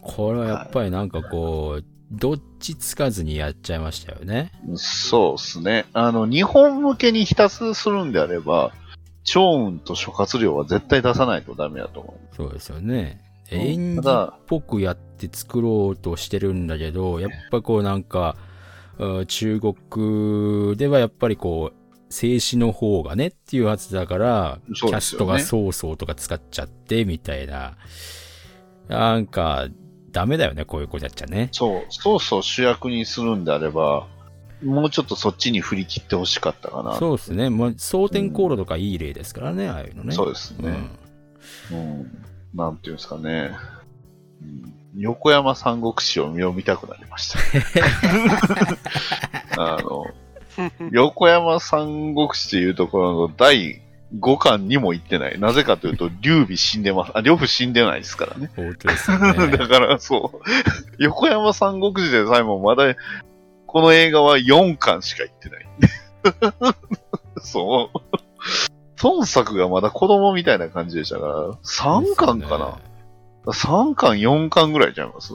S1: これはやっぱりなんかこう、どっちつかずにやっちゃいましたよね。
S2: そうですね。あの、日本向けに浸すするんであれば、趙雲と諸葛亮は絶対出さないとダメだと思
S1: そうですよね。
S2: う。
S1: 演技
S2: た
S1: っ
S2: だ、
S1: ぽくやって作ろうとしてるんだけど、やっぱこうなんか、うん中国ではやっぱりこう、静止の方がねっていうはずだから、キ
S2: そう
S1: ャ
S2: です
S1: ス
S2: よ
S1: ト
S2: ね
S1: がそうそうとか使っちゃってみたいな。なんか、ダメだよね、こういう子たちはね。
S2: そう、そうそう主役にするんであれば、もうちょっとそっちに振り切ってほしかったかな。
S1: そうですね。まあ、蒼天航路とかいい例ですからね、ああいうのね。
S2: そうです
S1: う
S2: ね
S1: ん。
S2: うん。なんていうんですかね。うん横山三国志を読みたくなりました。あの、横山三国志というところの第5巻にも行ってない。なぜかというと、劉備死んでます。あ、呂布死んでないですからね。
S1: 本当ですよね。
S2: だからそう、横山三国志でさえもまだ、この映画は4巻しか行ってない。 そう。孫作がまだ子供みたいな感じでしたから、3巻かな、?3 巻、4巻ぐらいちゃいます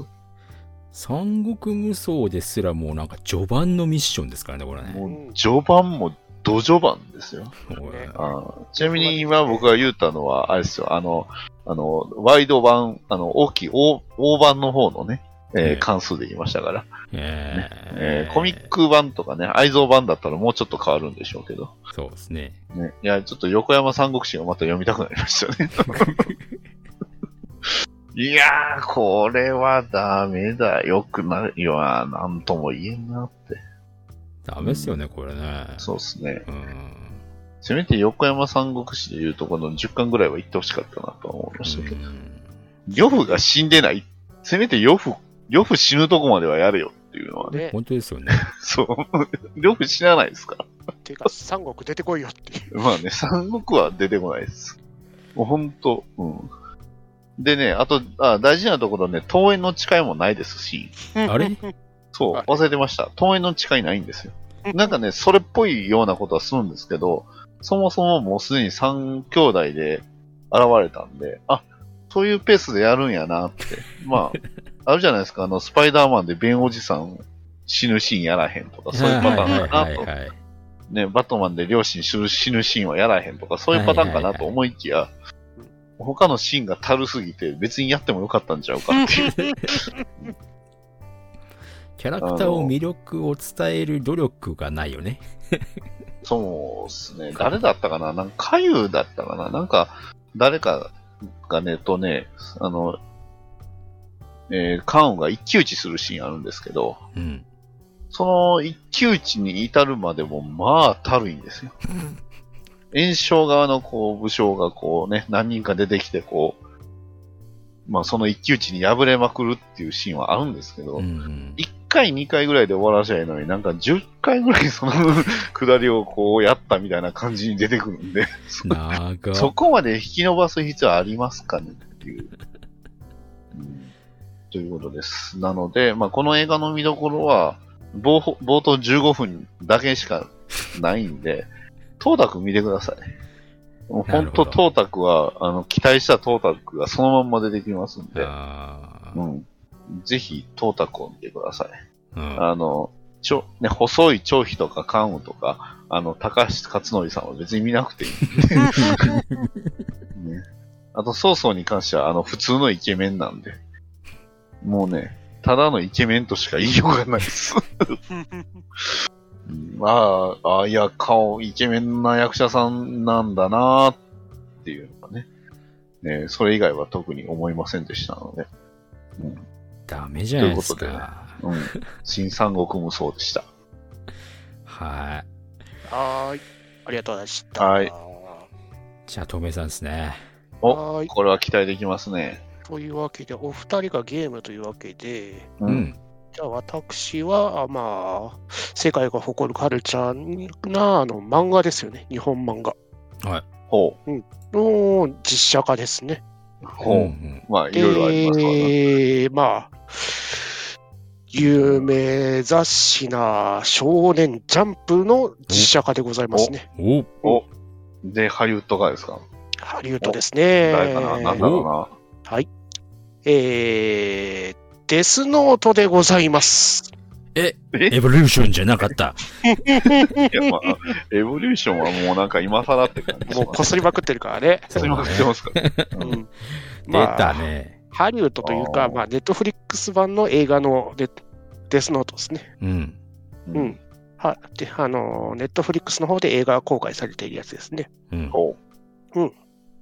S1: 三国無双ですらもうなんか序盤のミッションですからね、これね。
S2: もう序盤も土序盤ですよ。
S1: もうね
S2: あーちなみに今僕が言ったのは、あれですよ、あの、あの、ワイド版、あの、大きい、大大版の方のね、え
S1: ええ
S2: ー関数で言いましたから。
S1: え
S2: えーコミッ。ク版とかね、愛蔵版だったらもうちょっと変わるんでしょうけど。
S1: そうですね。
S2: ね、いや、ちょっと横山三国志がまた読みたくなりま したね。いやー、これはダメだ。よくないよな。なんとも言えんなって。
S1: ダメですよね、これね。
S2: そうですね。
S1: うん。
S2: せめて横山三国志でいうとこの10巻ぐらいは行ってほしかったなとは思いましたけど。呂布が死んでない。せめて呂布、呂布死ぬとこまではやれよっていうのはね。
S3: ね、
S1: 本当ですよね。
S2: そう。 呂布死なないですから
S3: てか、三国出てこいよっていう。
S2: まあね、三国は出てこないです。もうほんと、うん。でね、あと、あ大事なところね、桃園の誓いもないですし、
S1: あ れ
S2: そう、
S3: はい
S2: 忘れてました。桃園の誓いないんですよ。なんかね、それっぽいようなことはするんですけど、そもそももうすでに三兄弟で現れたんで、あ、そういうペースでやるんやなって。ま あ、あるじゃないですか、あの、スパイダーマンでベンおじさん死ぬシーンやらへんとか、そういうパターンだなと。
S1: はいはいはいはい。
S2: ね、バットマンで両親死ぬ死ぬシーンはやらへんとか、そういうパターンかなと思いきや、他のシーンが足るすぎて、別にやってもよかったんちゃうかっていう。
S1: キャラクターを魅力を伝える努力がないよね。
S2: そうですね。誰だったかななんか、かゆだったかななんか、誰かがね、とね、あの、えー、カウンが一騎打ちするシーンあるんですけど、
S1: うん。
S2: その一騎打ちに至るまでも、まあ、たるいんですよ。炎症側のこう武将がこうね、何人か出てきて、こう、まあ、その一騎打ちに敗れまくるっていうシーンはあるんですけど、
S1: うん。
S2: 1回、2回ぐらいで終わらせゃいいのに、なんか10回ぐらいその 下りをこうやったみたいな感じに出てくるんで、そ
S1: 長い
S2: そこまで引き伸ばす必要ありますかねっていう。うんということです。なので、まあ、この映画の見どころは、冒ほ冒頭15分だけしかないんで、トータク見てください。もう
S1: な
S2: ほ
S1: る
S2: ん
S1: ほど
S2: とトータクは、あの、期待したトータクがそのまんま出てきますんで、
S1: あ
S2: う
S1: ー
S2: ん。ぜひ、トータクを見てください。
S1: うん
S2: あの、ちょ、ね、細い張飛とか関羽とか、あの、高橋克典さんは別に見なくていい。ね、あと、曹操に関しては、あの、普通のイケメンなんで。もうね、ただのイケメンとしか言いようがないです。うんまあ、あいや、顔、イケメンな役者さんなんだなっていうのがね。ね、それ以外は特に思いませんでしたので。うん。
S1: ダメじゃないです
S2: というこ
S1: か。
S2: うん。新三国無双でした。
S1: はい。
S3: はーい。ありがとうございました。
S2: はい
S1: じゃあ、透明さんですね。
S2: お
S3: はーい。
S2: これは期待できますね。
S3: というわけで、お二人がゲームというわけで、
S2: う
S1: う。ん。
S3: じゃあ私は、あまあ、世界が誇るカルチャーなあの漫画ですよね。日本漫画
S1: はい。
S2: ほう。
S3: の実写化ですね。
S2: ほう。
S1: ん
S2: まあ、いろいろありますわな。
S3: でまあ、有名雑誌な少年ジャンプの実写化でございますね。
S1: うんお
S2: おで、ハリウッドがですか、
S3: ハリウッドですね。
S2: 誰かななんだろうな。
S3: えー、デスノートでございます。
S1: え、
S2: え
S1: エボリューションじゃなかった。
S2: いや、まあ、エボリューションはもうなんか今更って感じ
S3: もうこすりまくってるからね。
S2: すいません、ますから。
S3: う
S2: うん
S3: ん
S1: 出たね。
S3: ハリウッドというか、
S2: あー
S3: まあ、ネットフリックス版の映画のデデスノートですね。
S1: うん。
S3: う。ん。はで、あの、ネットフリックスの方で映画公開されているやつですね。
S1: うん。
S2: ほ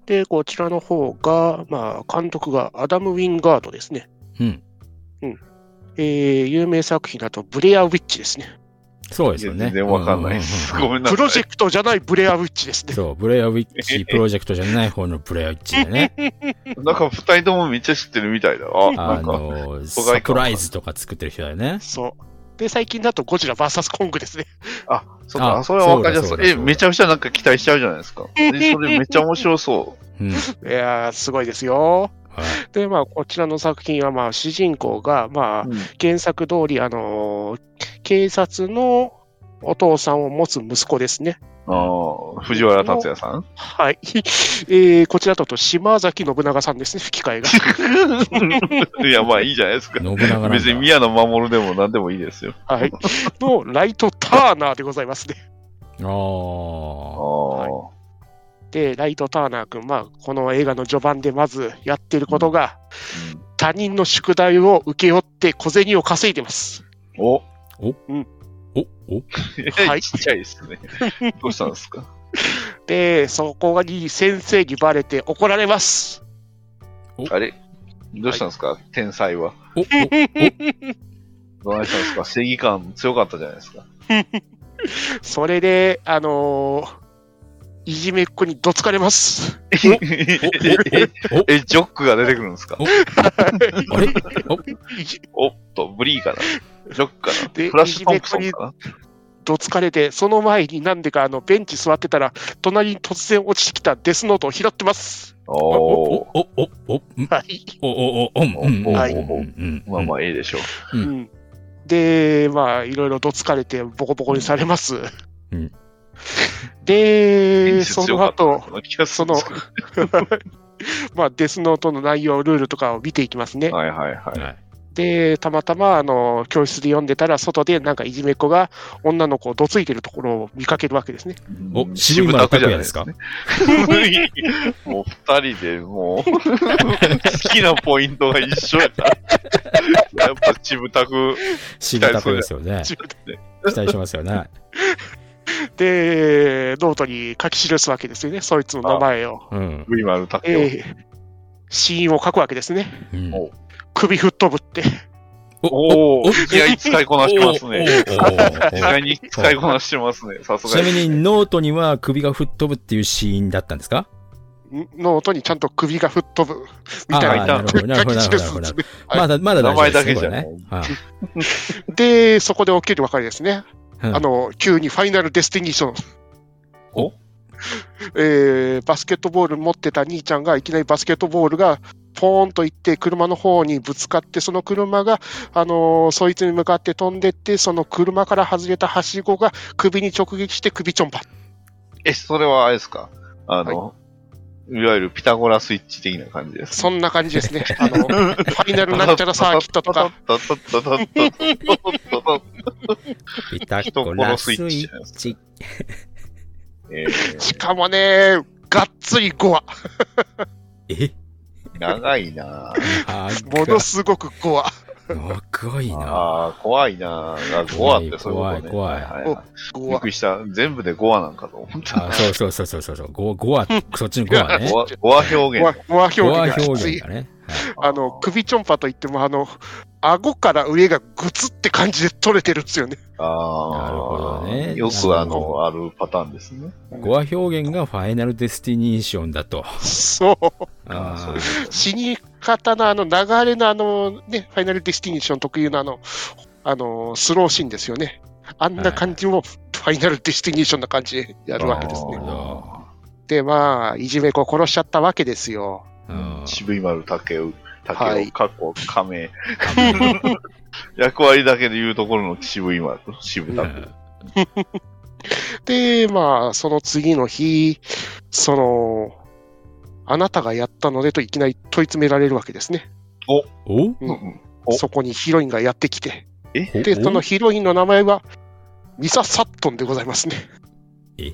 S3: で、こちらの方が、まあ、監督がアダム・ウィンガードですね。
S1: うん。
S3: えー、有名作品だと、ブレア・ウィッチですね。
S1: そう
S2: う。
S1: ですよ
S2: 全
S1: ね。
S2: 然わかんないです。
S1: ううう
S2: ご
S1: う
S2: めんなさ
S3: プ
S2: い。
S3: ロジェクトじゃないブレア・ウィッチですね。
S1: そう、ブレアウィッチプロジェクトじゃない方のブレアウィッチでね。
S2: なんか二人ともめっちゃ知ってるみたいだ。あ、な
S1: あ
S2: んか、
S1: の、
S2: 疎外
S1: サ
S2: 感
S1: プライズとか作ってる人だよね。
S3: そう。で、最近だと、ゴジラ VS コングですね。
S2: あ、そっか、
S1: あ
S2: あそれはわかりやす
S1: そうだ
S2: い。
S1: そ
S2: え、
S1: うだ
S2: めちゃくちゃなんか期待しちゃうじゃないですか。えそれめっちゃ面白そう。
S1: うん。
S3: いやー、すごいですよ。
S1: はい
S3: で、まあ、こちらの作品は、まあ、主人公が、まあ、原作通り、あのー警察のお父さんを持つ息子ですね。
S2: ああ、藤原達也さん
S3: はい。 えー、こちらだと島崎信長さんですね、吹き替えが。
S2: いや、まあいいじゃないですか。
S1: 信長なんだ
S2: 別に宮野真守でも何でもいいですよ。
S3: はい。のライト・ターナーでございますね。
S2: あ
S1: あ
S2: あ、
S3: で、ライト・ターナー君、まあ、この映画の序盤でまずやってることが、
S2: うん
S3: 他人の宿題を請け負って小銭を稼いでます。
S2: お、
S1: あ。お、お、
S3: は
S2: はい い、ちっちゃいですね。どうしたんですか
S3: で、そこに先生にバレて怒られます。
S2: あれどうしたんですか、天才は。
S1: お、お、
S2: どうなしたんですか正義感強かったじゃないですか。
S3: それで、あのーいじめっ子にどつかれます。
S2: え、
S1: お
S2: えジョックが出てくるんですか
S1: お、あれお、
S2: おっと、ブリーかなジョックか
S3: で
S2: なフラッシュトンプソンかな
S3: どつかれて、その前になんでかあのベンチ座ってたら、隣に突然落ちてきたデスノートを拾ってます。
S1: お、
S2: お
S1: お
S2: お、
S1: お、お、お、ん
S3: はい。
S1: お、お、お、お、んうんうん
S3: はい
S1: うん
S2: まあまあ、ええでしょう。
S1: うん
S3: うんで、まあ、いろいろどつかれて、ボコボコにされます。
S1: うん
S3: で、
S2: 天
S3: そ
S2: 性強
S3: の
S2: かった
S3: 後
S2: よ、うな気がす
S3: そ
S2: るん
S3: の
S2: ですけど、
S3: まあ、デスノートの 内容、ルールとかを見ていきますね。
S2: はいはいは
S1: はい。
S3: で、たまたま、あの、教室で読んでたら、外でなんかいじめっ子が女の子をどついてるところを見かけるわけですね。
S2: い。
S1: お、渋
S2: い
S1: 村拓也ですか
S2: もう二人でもう好きなポイントが一緒やから。やっぱちぶたく。
S1: 渋村拓也ですよね。
S3: 自分で
S1: 期待しますよね。
S3: で、ノートに書き記すわけですよね、そいつの名前を。
S1: うん。
S2: V 丸たけ
S3: えー、死因を書くわけですね。
S1: うん
S2: お
S3: 首吹っ飛ぶって。
S2: おおー、気合い使いこなしてますね。。
S1: おおお
S2: 意
S1: おお
S2: 外に使いこなしてますね。さす
S1: ち
S2: が
S1: な
S2: に。
S1: みにノートには首が吹っ飛ぶっていうシーンだったんですか
S3: んノートにちゃんと首が吹っ飛ぶみたい
S1: あー
S3: な
S1: なるほどなる
S3: 書
S1: ほど
S3: き
S1: な
S3: 記
S1: るほど
S3: すんですね。はい
S1: まだ、まだ大丈夫です
S2: 名前だけじゃ
S1: ね。こ
S3: で、そこで起きるわけですね。
S1: れねはい
S3: あ
S1: うん
S3: の、急にファイナルデスティニーション。
S2: お
S3: えーバスケットボール持ってた兄ちゃんがいきなりバスケットボールがポーンと行って、車の方にぶつかって、その車が、あのーそいつに向かって飛んでって、その車から外れたはしごが首に直撃して首ちょんぱ。
S2: え、それはあれですかあの、い、わゆるピタゴラスイッチ的な感じです。
S3: そんな感じで すね。あの、ファイナルなんちゃらサーキットとか。。
S1: ピタコラスイ
S2: 人殺すイッチじゃない
S1: ッ
S2: で
S1: チ。
S2: え
S3: しかもね、がっつり5話。
S1: え
S2: ー、長いなぁ。
S1: あ
S3: ものすごく5話。
S1: ごいな。
S2: あー怖いなぁ。5話ってそういうこ
S1: 怖
S2: とね。
S1: い怖い
S2: ははは
S3: 5
S2: びっ
S3: 話
S2: く。りした。全部で5話なんかと思った。
S1: あそうそうそうそうそうそう。5, 5話、そっちの5話ね
S2: 5。話5話表
S3: 5話
S2: 現。
S3: 表
S1: 5
S3: 現が
S1: 話
S3: きつ
S1: 表
S3: い
S1: 現。だね。
S3: あの、首ちょんぱといっても、あの、顎から上がグツって感じで取れてるんですよね。
S2: あー
S1: なるほどね
S2: よくあ
S1: なるほ
S2: の、あるパターンですね。
S1: はい、5話表現がファイナルデスティニーションだと。
S3: そう。
S1: あ
S2: そ
S1: ー
S2: ういうこと
S3: 死に方のあの流れのあの、ね、ファイナルディスティニーション特有のあの、あの、スローシーンですよね。あんな感じも、ファイナルディスティニーションな感じでやるわけですね。
S1: あ
S3: で、まあ、いじめっ子を殺しちゃったわけですよ。
S1: うん
S2: 渋い丸竹雄、
S3: は
S2: 竹雄、
S3: い
S2: かっこ亀。役割だけで言うところの渋い丸、渋
S1: う
S2: 田君。
S1: ん
S3: で、まあ、その次の日、その、あなたがやったのでといきなり問い詰められるわけですね。
S1: お
S3: うん
S2: うんお
S3: そこにヒロインがやってきて。
S2: え
S3: で、そのヒロインの名前は、ミサ・サットンでございます ね。
S1: え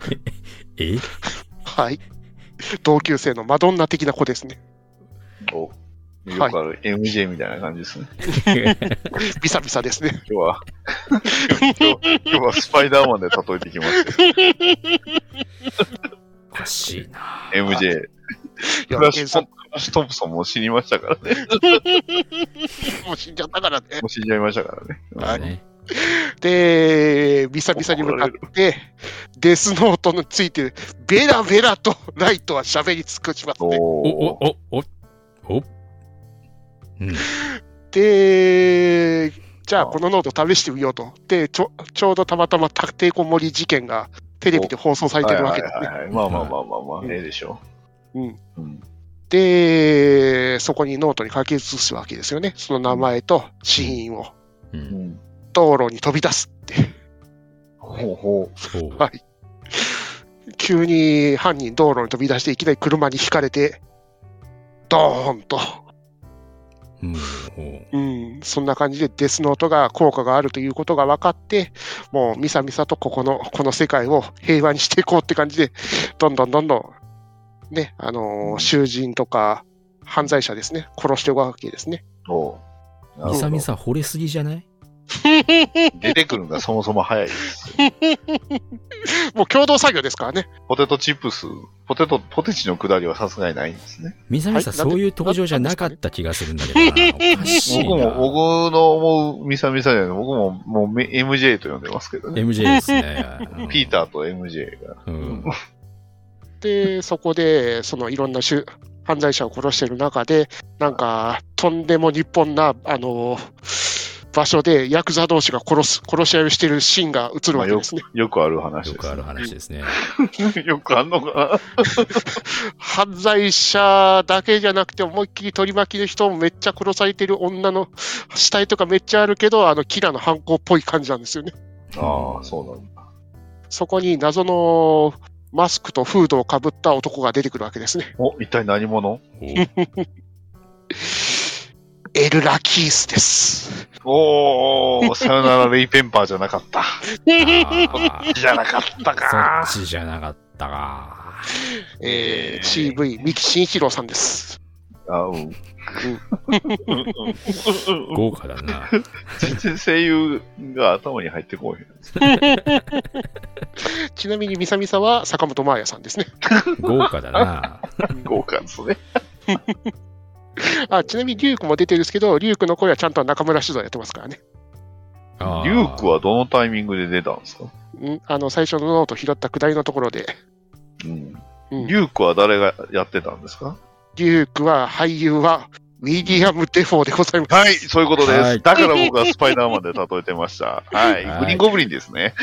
S1: え
S3: はい。同級生のマドンナ的な子ですね。
S2: およくある MJ みたいな感じですね。
S3: ビサビサです ね。
S2: 今日は今日は、今日はスパイダーマンで例えてきましたけ
S1: おかしいな。
S2: ど。MJ。
S3: いや
S2: フラッシ
S3: 原作
S2: ュトンフラッシュトンプソンも死にましたからね。
S3: も死んじゃったからね。
S2: もう死んじゃいましたからね。
S3: はい
S1: ね
S3: で、ビサビサに向かって、デスノートについて、ベラベラとライトは喋り尽くします
S2: お
S3: ね。
S1: お
S2: お
S1: おおおおうん。
S3: で、じゃあこのノート試してみようと。で、ちょちょうどたまたま卓底こもり事件がテレビで放送されてるわけです
S2: はい
S3: ね。
S2: はいはいはいまあまあまあまあまあ、
S3: うん
S2: ええでしょ
S3: うん
S2: う。うん。
S3: で、そこにノートに書き写すわけですよね。その名前とシーンを。
S1: う。
S2: うんん。
S3: 道路に飛び出すって。
S2: ほうほう。
S1: お
S3: はい急に犯人道路に飛び出していきなり車にひかれて、ドーンと。
S1: うんお
S3: うん、そんな感じでデスノートが効果があるということが分かって、もうみさみさとここの、この世界を平和にしていこうって感じで、どんどんどんどん、ね、あのー囚人とか犯罪者ですね、殺していくわけですね。
S2: おうな
S1: み
S2: るほ
S1: さ
S2: ど
S1: みさん惚れすぎじゃない
S2: 出てくるのがそもそも早いです。
S3: もう共同作業ですからね。
S2: ポテトチップス、ポテト、ポテチのくだりはさすがにないんですね。
S1: みさみさん、
S3: はいなんで
S1: そういう登場じゃなかった気がするんだけどな。おかし
S2: 僕
S1: いな。
S2: も、僕の思うミサミサじゃない、僕ももうめ MJ と呼んでますけどね。
S1: MJ ですね。
S2: ピーターと MJ が。
S1: ー。うん。
S3: で、そこで、そのいろんな囚犯罪者を殺してる中で、なんか、とんでも日本な、あのー場所でヤクザ同士が殺す、殺し合いをしてるシーンが映るわけですね。
S2: よくある話
S1: よ
S2: で
S1: く
S2: す
S1: ある話ですね。
S2: ね。 よくあんのか
S3: 犯罪者だけじゃなくて、思いっきり取り巻きの人もめっちゃ殺されてる女の死体とかめっちゃあるけど、あのキラの犯行っぽい感じなんですよね。
S2: なああ、そうなんだ。
S3: そこに謎のマスクとフードをかぶった男が出てくるわけですね。
S2: お、一体何者
S3: エル・ラキースです。
S2: おー、さよならレイペンパーじゃなかった。
S1: あー
S2: じゃなかったか。
S1: そっちじゃなかったか。
S3: えー、CV、三木慎一郎さんです。
S2: あうん。
S1: 豪華だな。
S2: 全然声優が頭に入ってこい。
S3: ちなみに、ミサミサは坂本真綾さんですね。
S1: 豪華だな。
S2: 豪華ですね。
S3: あちなみに、リュウクも出てるんですけど、リュウクの声はちゃんと中村獅童やってますからね。
S1: あ
S2: リュークはどのタイミングで出たんですか
S3: うん、あの最初のノート拾った下りのところで、
S2: うん。
S3: うん
S2: リュークは誰がやってたんですか
S3: デュークは俳優はウィリアム・デフォーでございます。
S2: はい、そういうことです。
S1: はい
S2: だから僕はスパイダーマンで例えてました。はい、
S1: はい
S2: グリーンゴブリンですね。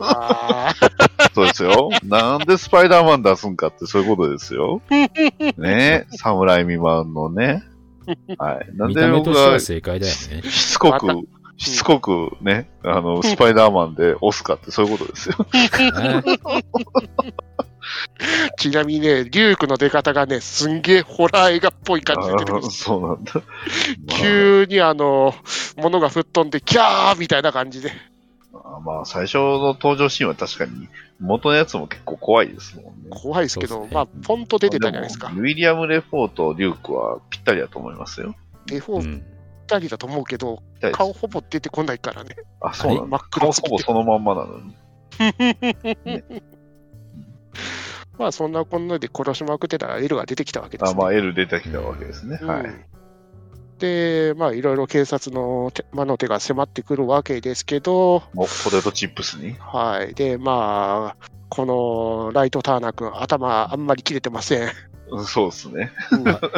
S3: あー
S2: そうですよ。なんでスパイダーマン出すんかってそういうことですよ。ね侍未満のね。はい。なん
S1: 見
S2: で
S1: た目とし
S2: 僕
S1: て
S2: が
S1: は
S2: し
S1: 正解だよね。
S2: つこ
S3: ま
S2: く、しつこくね、あの、スパイダーマンで押すかってそういうことですよ。
S1: ね
S3: ちなみにね、リュークの出方がね、すんげえホラー映画っぽい感じで出てくるん
S2: あ
S3: で
S2: ー
S3: す。
S2: そうなんだ。
S3: 急にあの、物が吹っ飛んで、キャーみたいな感じで。
S2: まあ、まあ最初の登場シーンは確かに、元のやつも結構怖いですもんね。
S3: 怖いですけ
S1: そう
S3: ど、
S1: ですね
S3: まあ、ポンと出てたじゃないですか
S2: で。もウィリアム・レフォーとリュークはぴったりだと思いますよ。
S3: デフ
S1: う
S3: ォー
S1: ん
S3: 2人だと思うけど、
S2: ぴったりです
S3: 顔ほぼ出てこないからね。
S2: あ、そうなん
S3: 真
S2: だ
S3: っ。
S2: 顔
S3: 黒
S2: ほ
S3: すぎ
S2: ぼ
S3: て
S2: そのまんまなのに。
S3: まあ、そんなこんなで殺しまくってたら、エルが出てきたわけです、
S2: あ、
S3: ね。
S2: まあ、L 出てきたわけですね。は
S3: う
S2: い。
S3: んで、まあ、いろいろ警察の手魔の手が迫ってくるわけですけど、
S2: もうポテトチップスに。
S3: はい。で、まあ、このライトターナ君、頭あんまり切れてません。
S2: うんそうですね。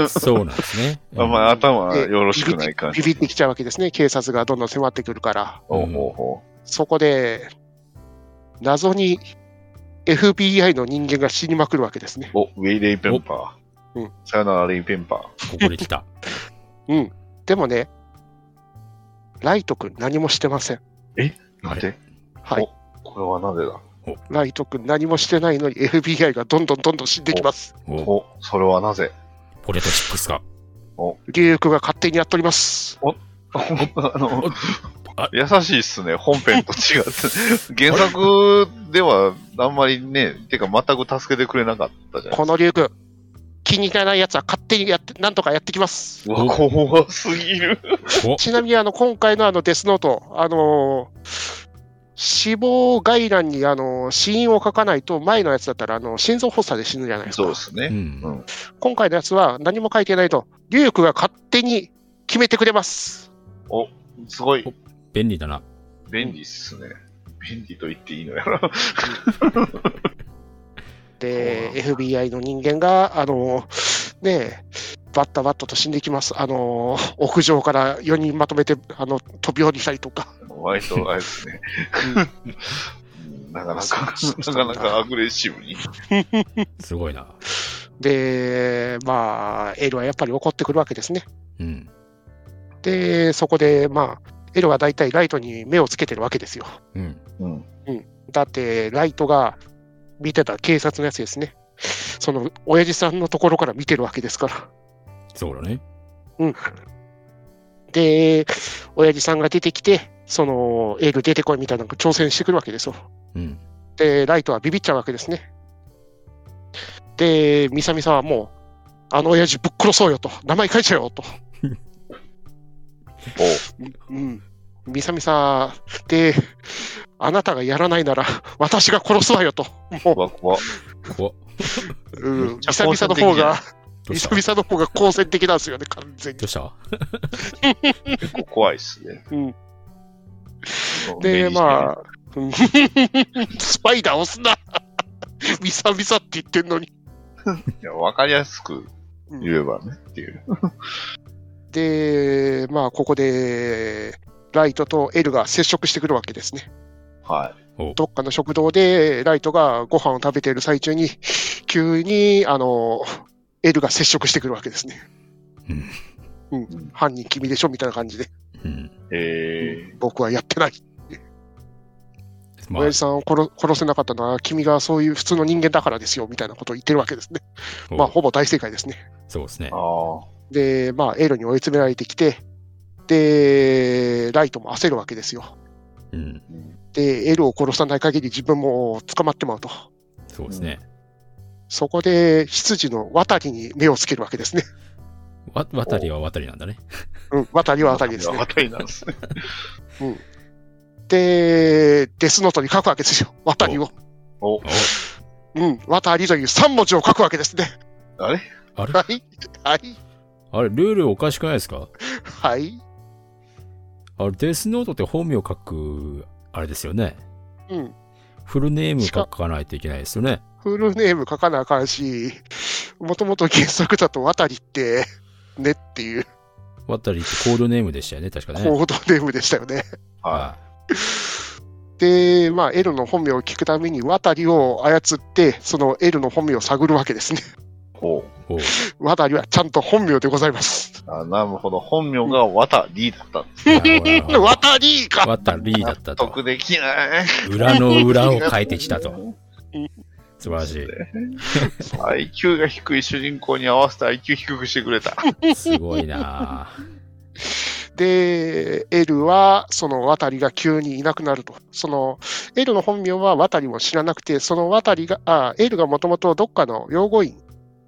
S1: そうなんですね。
S2: あまあ、 頭よろしくない感
S3: ビ
S2: じ。
S3: ビってきちゃうわけですね。警察がどんどん迫ってくるから。
S2: ほうほうほ
S3: そこで、謎に FBI の人間が死にまくるわけですね。
S2: う。お、ウェイレイ・ペンパ
S3: おう
S2: ー
S3: ん。
S2: さよなら、レイ・ペンパー。
S1: ここで来た。
S3: でもね、ライト君何もしてません。
S1: あ
S2: 待
S1: れ
S2: って、
S3: はい。
S2: これはなぜだ
S3: ライト君何もしてないのに FBI がどんどんどんどん死んできます。
S1: お
S2: お、それは なぜ
S1: ポテトチップスか。
S3: リュウクが勝手にやっております。
S2: あ
S1: お
S2: の
S1: あ、
S2: 優しいっすね、本編と違って。 原作ではあんまりね、てか全く助けてくれなかったじゃない
S3: このリュウク、気に入らないやつは勝手にやって、なんとかやってきます。
S2: うわ、怖すぎる。
S1: お
S3: ちなみにあの今回のあのデスノート、あのー死亡概覧にあのー死因を書かないと、前のやつだったらあの心臓発作で死ぬじゃないです
S2: そう
S3: か
S2: で。す
S1: う
S2: ね。
S1: ん
S2: うん
S3: 今回のやつは何も書いてないと、リュウクが勝手に決めてくれます。
S2: すごい
S1: 便利だな。
S2: 便利っすね。便利と言っていいの やら。
S3: で、FBI の人間が、あのーねえ、バッタバッタと死んでいきます。あのー屋上から4人まとめてあの飛び降りたりとか。
S2: 割とあれですね。なかなか、なかなかアグレッシブに。
S1: すごいな。
S3: で、まあ、エルはやっぱり怒ってくるわけですね。
S1: うん。
S3: で、そこで、まあ、エルは大体ライトに目をつけてるわけですよ。
S1: うん。
S2: うん。
S3: だって、ライトが見てた警察のやつですね。その、親父さんのところから見てるわけですから。
S1: そうだね。
S3: で、親父さんが出てきて、その、エル出てこいみたいな挑戦してくるわけですよ。
S1: うん。
S3: で、ライトはビビっちゃうわけですね。で、ミサミさんはもう、あの親父ぶっ殺そうよと、名前書いちゃえよと。うん。ミサミさん、で、あなたがやらないなら、私が殺すわよと。
S2: お
S3: も
S2: 怖っ怖っ
S1: お
S3: う、うん、ミ
S2: ちゃ
S3: サミさんの
S2: 好
S3: 方
S2: 戦的じゃ
S3: が、
S2: ん
S1: どう
S3: ミ
S1: した
S3: サ
S1: ど
S3: ミさんの方が好戦的なんですよね、完全に
S1: う。した
S2: 結構怖いっすね。
S3: うん
S2: メ
S3: で、
S2: リー
S3: まあ、うんスパイダー押すな ミサミサって言ってんのに。
S2: いや、わかりやすく
S3: うん
S2: 言えばねっていう。
S3: で、まあ、ここで、ライトとエルが接触してくるわけですね。
S2: は
S3: どっかの食堂で、ライトがご飯を食べている最中に、急に、あの、エルが接触してくるわけですね。
S1: うん。
S3: 犯人君でしょみたいな感じで、
S1: うん。
S2: い。え
S3: 僕はやってない。
S1: まあ
S3: 親父、さんを殺殺せなかったのは、君がそういう普通の人間だからですよ、みたいなことを言ってるわけですね。まあ、
S1: お
S3: ほぼ大正解ですね。
S1: そうですね
S2: ー、。ああ。
S3: で、まあ、エルに追い詰められてきて、で、ライトも焦るわけですよ。
S1: うん。
S3: で、エルを殺さない限り自分も捕まってまうと。
S1: そうですね。
S3: そこで、執事の渡りに目をつけるわけですね。
S1: わ、渡りは渡りなんだね。
S3: うん、渡りは渡りですね。
S2: 渡りなん ですね。
S3: で、デスノートに書くわけですよ。渡りを。
S2: お、
S3: うん、渡りという3文字を書くわけですね。
S2: あれ
S1: おあれ
S3: はい。はい。
S1: あれ、ルールおかしくないですか
S3: はい。
S1: あれ、デスノートって本名書く、あれですよね。
S3: うん。
S1: フルネーム書かないといけないですよね。
S3: フルネーム書かなあかんし、もともと原作だと渡りって、ねっていう
S1: 渡りってコードネームでしたよね、確か
S3: コ
S1: ね。
S3: ードネームでしたよね。
S2: は
S1: は
S3: で、まあ、L の本名を聞くために、渡りを操って、その L の本名を探るわけですね。
S2: ほ
S1: ほう
S3: 渡りはちゃんと本名でございます。
S2: う。あなるほど。本名が渡りだったんです。
S1: ほら
S3: 渡りか
S1: 渡りだったと
S2: 得。できない。
S1: 裏の裏を変えてきたと。素晴らし
S2: IQ が低い主人公に合わせて IQ 低くしてくれた。
S1: い。すごいなぁ
S3: で、L は、その渡りが急にいなくなると。その、L の本名は渡りも知らなくて、その渡りが、あ、L がもともとどっかの養護院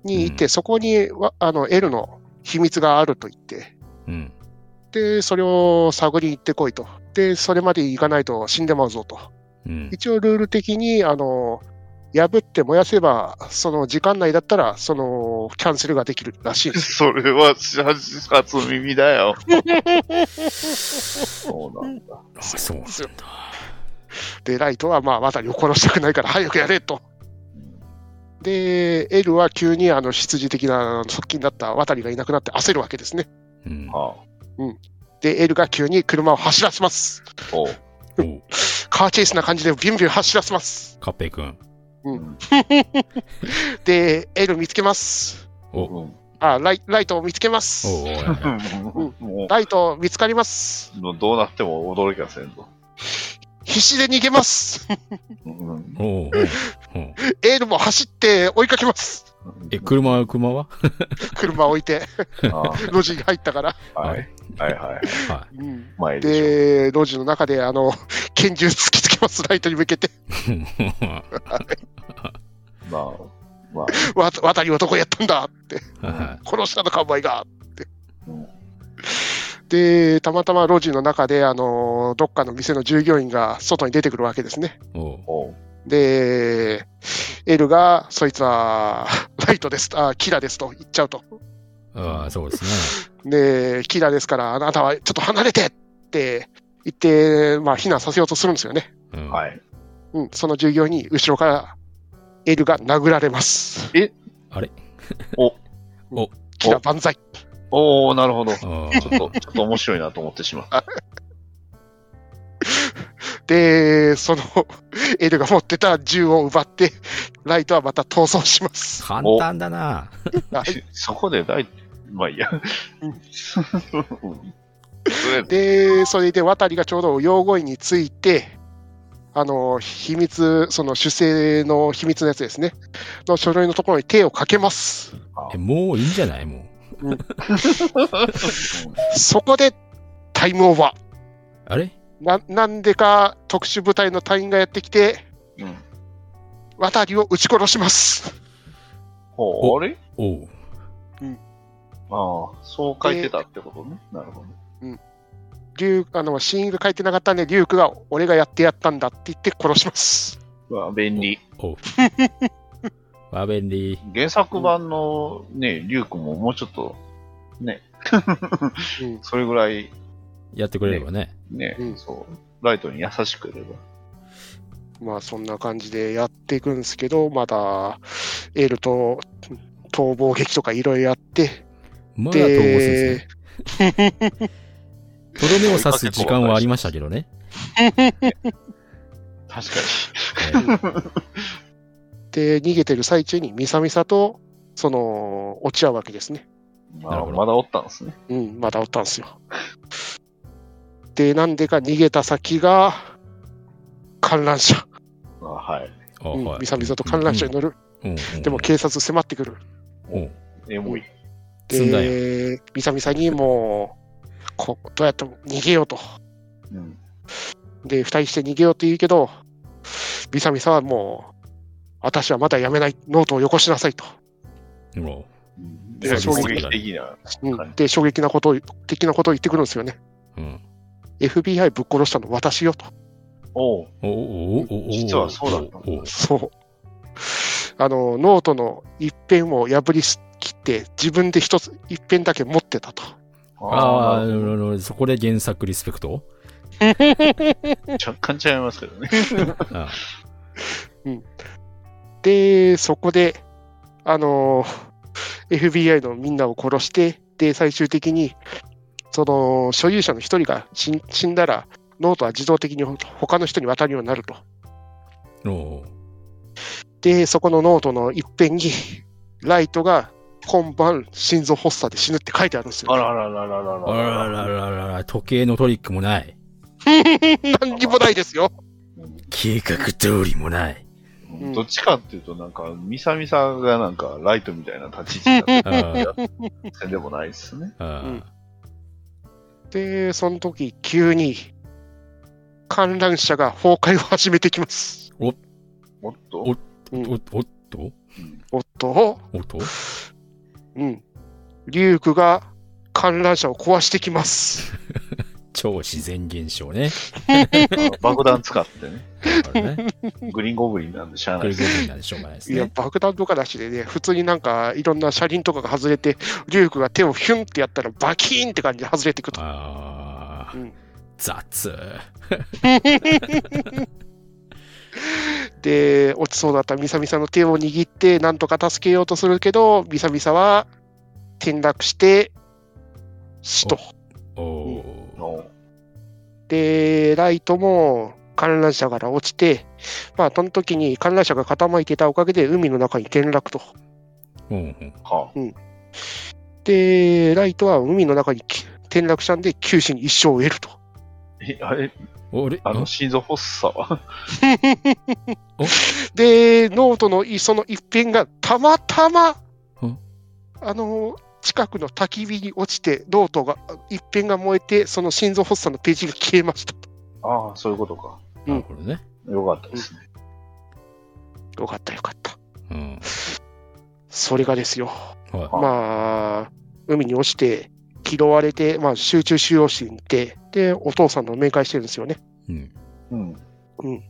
S3: にい
S1: う
S3: て、
S1: ん
S3: そこにわあの L の秘密があると言って、
S1: うん。
S3: で、それを探りに行ってこいと。で、それまで行かないと死んでまうぞと。
S1: うん。
S3: 一応ルール的に、あの、破って燃やせば、その時間内だったら、その、キャンセルができるらしいんですよ。
S2: それは初耳だ よ。そうなんだ。
S1: あそうなんだ。
S3: で、ライトは、まあ、渡りを殺したくないから、早くやれと。で、L は急に、あの、執事的な側近だった渡りがいなくなって焦るわけですね。
S1: うん。
S2: ああ
S3: で、L が急に車を走らせます。
S2: おう
S1: おう
S3: カーチェイスな感じでビュンビュン走らせます。
S1: カッペイ君。
S3: で、L 見つけます。
S1: お
S2: う
S1: お
S2: ん
S3: あ、ライライトを見つけます。
S1: おうおう
S2: も
S3: ライト見つかります。
S2: う、どうなっても驚きはせんぞ。
S3: 必死で逃げます。
S2: うん
S1: おうおうおう
S3: L も走って追いかけます。
S1: え、車は、車は
S3: 車置いて、
S2: あ
S3: 路地に入ったから。
S2: あはい。はい はい。
S1: は
S3: うん
S2: 前でしょ。
S3: で、路地の中で、あの、拳銃突きつけます、ライトに向けて。
S1: い。
S2: まあ、まあ、
S3: わ渡り男やったんだって。
S1: は
S3: 殺したのか、お前が。って
S2: うん
S3: で、たまたま路地の中で、あの、どっかの店の従業員が外に出てくるわけですね。
S1: い。おう
S2: おう
S3: で、エルが、そいつは、ライトです、あ、キラですと言っちゃうと。
S1: ああ、そうです
S3: で、キラですから、あなたはちょっと離れてって言って、まあ、避難させようとするんですよね。
S1: ね。うん。
S2: はい。
S3: うん、その従業員に後ろからエルが殴られます。
S1: あれ
S2: お
S1: お
S3: キラ万歳。
S2: おおなるほど。ち
S1: あ
S2: ょっ と、ちょっと面白いなと思ってしまった。
S3: で、その エルが持ってた銃を奪って、 ライトはまた逃走します。
S1: 簡単だな
S2: しそこで大、まあいいや。 うんとりあえず
S3: で、それで渡りがちょうど養護院について、あの、秘密、その主制の秘密のやつですね、の書類のところに手をかけます。
S1: え、もういいんじゃないも
S3: そこで、タイムオーバ
S1: う。あれ
S3: ー。な、なんでか特殊部隊の隊員がやってきて、
S2: うん
S3: 渡りを撃ち殺します。
S2: ほうあれ
S1: おう。
S2: ああ、そう書いてたってことね。なるほどね。
S3: リュウあの、死因が書いてなかったんで、リュウクが、俺がやってやったんだって言って殺します。
S2: うわ、便利。
S1: おう。わ、便利。
S2: 原作版のね、リュウ君ももうちょっと、ね、
S3: うん
S2: それぐらい、
S1: やってくれればね。
S2: ね、
S3: うん
S2: そう、ライトに優しくいれば。
S3: まあそんな感じでやっていくんですけど、まだエールと逃亡劇とかいろいろやって、
S1: まだ統合するんですね とど
S3: で。、
S1: めを刺す時間はありましたけどね。
S2: 確かに。
S3: で、逃げてる最中にミサミサと、その、落ち合うわけですね。
S2: ま
S1: なる
S2: あ、
S1: ほど
S2: まだおったんですね。
S3: うん、まだおったんですよ。で、なんでか逃げた先が、観覧車。
S2: あはい。
S1: あ
S3: うん
S1: はい。
S3: ミサミサと観覧車に乗る。
S1: うん。うん
S3: でも、警察迫ってくる。
S1: うん
S2: エモい。
S1: 積んだんや
S3: で、ミサミサにもう、こどうやっても逃げようと。
S2: うん。
S3: で、二人して逃げようと言うけど、ミサミサはもう、私はまだやめない、ノートをよこしなさいと。
S1: も
S2: で
S3: いや
S2: 衝
S3: 衝
S2: 撃
S1: 撃
S2: 的な。
S3: うん
S2: はい
S3: で、衝撃なことを、的なことを言ってくるんですよね。
S1: う、うん。
S3: FBI ぶっ殺したの私よと。
S2: おう
S1: おおおおお
S2: 実はそうだったんだ
S1: おお
S3: そう。あの、ノートの一辺を破り切って、自分で一つ、一辺だけ持ってたと。
S1: ああ、
S2: あ
S1: なるほどそこで原作リスペクト
S2: ー、若干違いますけどね。
S1: あ
S3: で、そこで、あの、FBI のみんなを殺して、で、最終的に、その、所有者の一人が死ん死んだら、ノートは自動的に他の人に渡るようになると。
S1: おー
S3: で、そこのノートの一辺に、ライトが今晩心臓発作で死ぬって書いてあるんですよ。
S2: あららららら
S1: あららららら、時計のトリックもない。
S3: 何にもないですよ。
S1: 計画通りもない。
S3: うん
S2: どっちかっていうと、なんか、ミサミサがなんか、ライトみたいな立ち位置になってるやつでもないですね。
S1: あー
S3: で、その時、急に、観覧車が崩壊を始めてきます。
S2: もっと、
S1: お
S3: うん
S1: お、おっと
S2: うん
S3: おっと、
S1: おっと
S3: うん。リュウクが観覧車を壊してきます。
S1: 超自然現象ね。
S2: あの爆弾使ってね、
S1: あれ ね。
S2: グリーンゴブリンなんでしゃあな
S1: こ
S2: い
S1: れ
S2: です。
S1: ゴブリンなんでしょうがないです
S3: いや、
S1: ね。
S3: 爆弾とかなしでね、普通になんかいろんな車輪とかが外れて、リュウクが手をヒュンってやったらバキーンって感じで外れていくと。
S1: ああ
S3: うん、
S1: 雑。
S3: で、落ちそうだったミサミサの手を握って、なんとか助けようとするけど、ミサミサは転落して、死と。
S1: おおー。
S2: の
S3: で、ライトも観覧車から落ちて、まあ、その時に観覧車が傾いてたおかげで海の中に転落と。
S1: うんうん。
S2: は
S3: で、ライトは海の中にき転落したんで、九死に一生を得ると。
S2: えあれ
S1: おれ
S2: あ
S1: あ
S2: の心臓発作は
S3: で、ノートのいその一辺がたまたま
S1: うん、
S3: あの、近くの焚き火に落ちて、ノートが、一辺が燃えて、その心臓発作のページが消えました。
S2: ああ、そういうことか。
S1: なるほどね。
S2: よかったですね。
S3: よかったよかった。
S1: うん。
S3: それがですよ。
S1: は
S3: まあ、海に落ちて、拾われて、まあ、集中収容室に行って、で、お父さんと面会してるんですよね。
S1: い。うん。
S2: うん。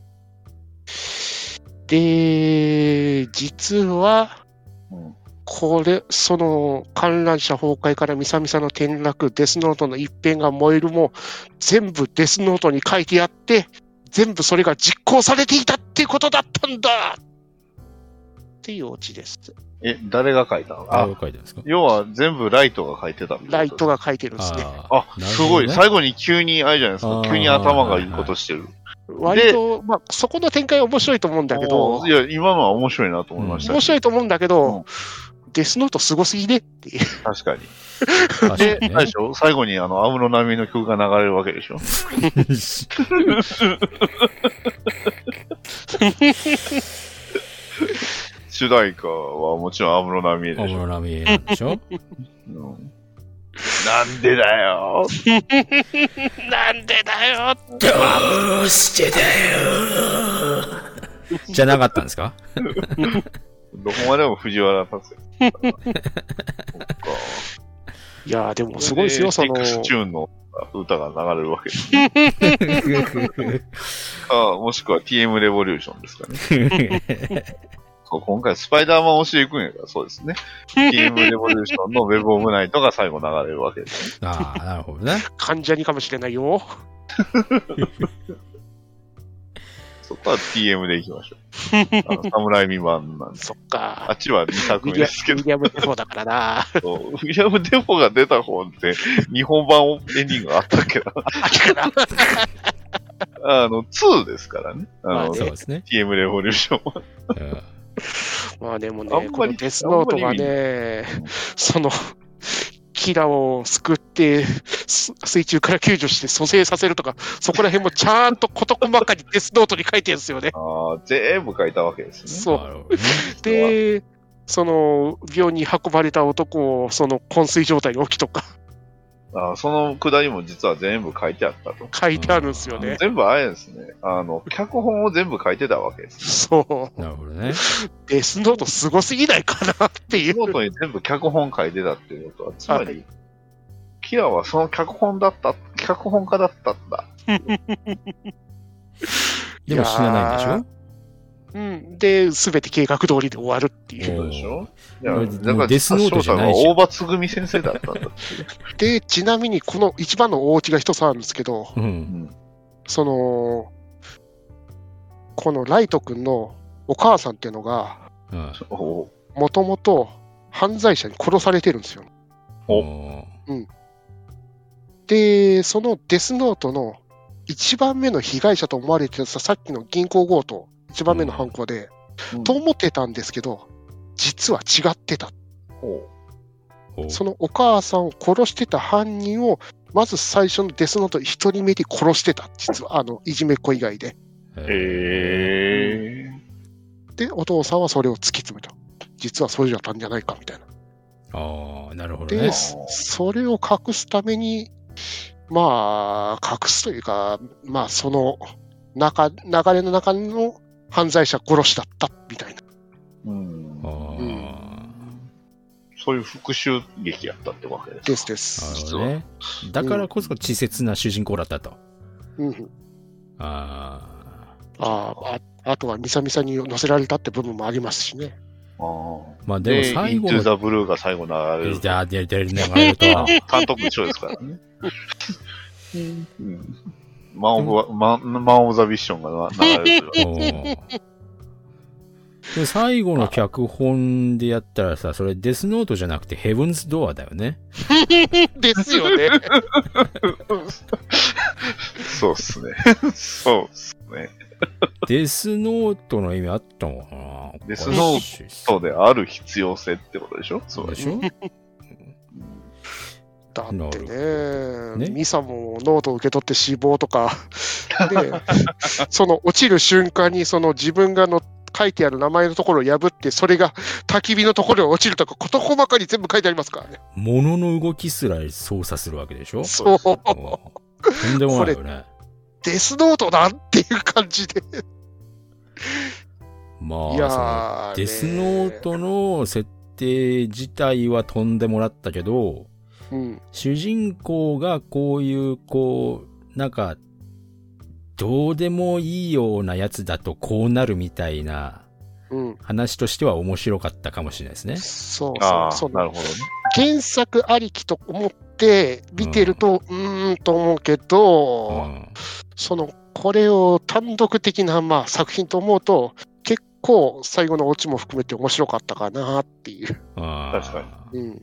S3: で、実は、
S2: うん
S3: これ、その観覧車崩壊からミサミサの転落、デスノートの一辺が燃えるも、全部デスノートに書いてあって、全部それが実行されていたっていうことだったんだっていうオチです。
S2: え、誰が書いたの
S1: あ
S2: あ
S1: れを、書いてるんですか
S2: 要は全部ライトが書いてたみた
S3: ラ
S2: い
S3: イ
S2: な。
S3: トが書いてるんですね。
S1: あ
S2: あ、
S1: ー
S2: すごい。
S1: なるほ
S2: 最後に急に、あれじゃないです
S1: あ
S2: か。
S1: ー
S2: 急に頭が言うことしてる。
S3: 割と、まあ、そこの展開面白いと思うんだけど
S2: おー、いや、今のは面白いなと思いました。
S3: 面白いと思うんだけど、デスノートすごすぎねっていう。
S2: 確かに。
S1: どね
S2: で、あれでしょ最後にあの、アムロナミの曲が流れるわけでしょ
S1: 確かにね
S2: 主題歌はもちろん安室奈美
S1: 小
S2: 恵でし
S1: 室
S2: ょ。
S1: 奈美恵なんでしょ
S2: うんなんでだよ
S3: なんでだよ
S1: どうしてだよ じゃなかったんですか
S2: どこまでも藤原達也。そっか
S3: いやーでも すごいですよ、その。
S2: テックスチューンの歌が流れるわけですね。か、もしくは TM レボリューションですかね。そう今回スパイダーマン推しで行くんやから、そうで すね。TM レボリューションの Web of Night が最後流れるわけですね。
S1: ああ、なるほどね。
S3: 患者にかもしれない よ。
S2: そこは TM で行きましょう。あの、侍未満なんです。
S3: そっ
S2: あ
S3: か。
S2: っちは2作
S3: ウィ
S2: 目
S3: リア
S2: ですけ
S3: ウ
S2: ど
S3: ィ。リアム・デフォーだから な。
S2: そうウィリアム・デフォが出た本って、日本版オープニングがあったけど、あの、2ですからね。
S3: ま
S2: あ
S3: あ
S2: の、
S3: ね
S1: そうですね。
S2: TM レボリューションは。
S1: うん
S3: まあでもね
S2: あんま、り
S3: このデスノートがね、その、キラを救って、す水中から救助して蘇生させるとか、そこら辺もちゃんと事細かにデスノートに書いてるんですよね。
S2: ああ、全部書いたわけですね。
S1: な
S3: そ
S1: るほどね
S3: う。で、その、病院に運ばれた男を、その、昏睡状態に起きとか
S2: あーそのくだりも実は全部書いてあったと。
S3: 書いてあるんですよね。
S2: 全部あれですね。あの、脚本を全部書いてたわけです。
S3: そう。
S1: なるほどね。
S3: デスノートすごすぎないかなってい
S2: 見
S3: う。
S2: 事に全部脚本書いてたっていうことは、つまり、キラはその脚本だった、脚本家だったんだ。
S1: でも死なないん
S3: うん、で、すべて計画通りで終わるって
S1: で
S3: い
S1: しょ
S3: う。
S2: そうでしょい
S1: も
S2: や、
S1: う
S2: だ
S1: も
S2: か
S1: う
S2: ら、
S1: デスノートじゃないじゃん
S2: 大場つぐみ先生だったんだっていう。
S3: で、ちなみにこの一番の大きが一つあるんですけど、
S1: う。
S2: うんん。
S3: その、このライト君のお母さんっていうのが、
S1: うん
S2: お
S3: もともと犯罪者に殺されてるんですよ。
S2: お
S1: お
S3: で、そのデスノートの1番目の被害者と思われてたさっきの銀行強盗、1番目の犯行で、
S2: うん
S3: と思ってたんですけど、実は違ってた。
S2: ほ
S1: ほう
S3: そのお母さんを殺してた犯人を、まず最初のデスノート1人目で殺してた、実は、あの、いじめっ子以外で。
S2: う
S1: へ
S2: へえ
S3: で、お父さんはそれを突き詰めた。実はそうじゃったんじゃないか、みたいな。
S1: ーああ、なるほど
S3: で、
S1: ね。
S3: そそれを隠すために、まあ、隠すというか、まあ、その中流れの中の犯罪者殺しだったみたいな。
S2: うん
S1: ああ、
S3: うん
S2: そういう復讐劇やったってわけですか
S3: で
S1: な
S3: すです。
S1: るほどね。だからこそ稚拙な主人公だったと。
S3: うん、
S1: ああ。
S3: ああああとは、ミサミサに乗せられたって部分もあります しね。
S2: あー
S1: まあでも
S2: で、
S1: 最後
S2: Into
S1: の。
S2: the Blue が最後流れる。
S1: あ、で、で、流れると。
S2: 監督一緒ですからね。うんマンオブ、マンマンオブザビッションがな流れるという
S1: おーで最後の脚本でやったらさ、それデスノートじゃなくてヘブンズドアだよね。
S3: ですよね。
S2: そうっすね。そうっすね。
S1: デスノートの意味あったのかな
S2: デスノ
S1: ー
S2: そうである必要性ってことでしょ
S1: そ
S2: そ
S1: う
S2: う
S1: でしょ
S3: だって
S1: な
S3: ね
S1: ね
S3: ミサもノートを受け取って死亡とか、 で、その落ちる瞬間に、その自分がの書いてある名前のところを破って、それが焚き火のところに落ちるとか、事細かに全部書いてありますからね。
S1: 物の動きすら操作するわけでしょ
S3: そう、
S1: おーとんでもないよね。
S3: デスノートだっていう感じで。
S1: ま
S3: い
S1: あ、
S3: やー
S1: その
S3: ね、
S1: デスノートの設定自体はとんでもらったけど、
S3: うん、
S1: 主人公がこういうこうなんかどうでもいいようなやつだとこうなるみたいな
S3: うん、
S1: 話としては面白かったかもしれないですね。
S3: そうそ
S2: あ
S3: う、そ
S2: あ、
S3: の
S2: なるほどね。
S3: 原作ありきと思って見てると、うーんと思うけど、
S1: うん、
S3: そのこれを単独的な、まあ、作品と思うと結構最後のオチも含めて面白かったかなっていう、
S1: あー
S2: 確か
S3: うん、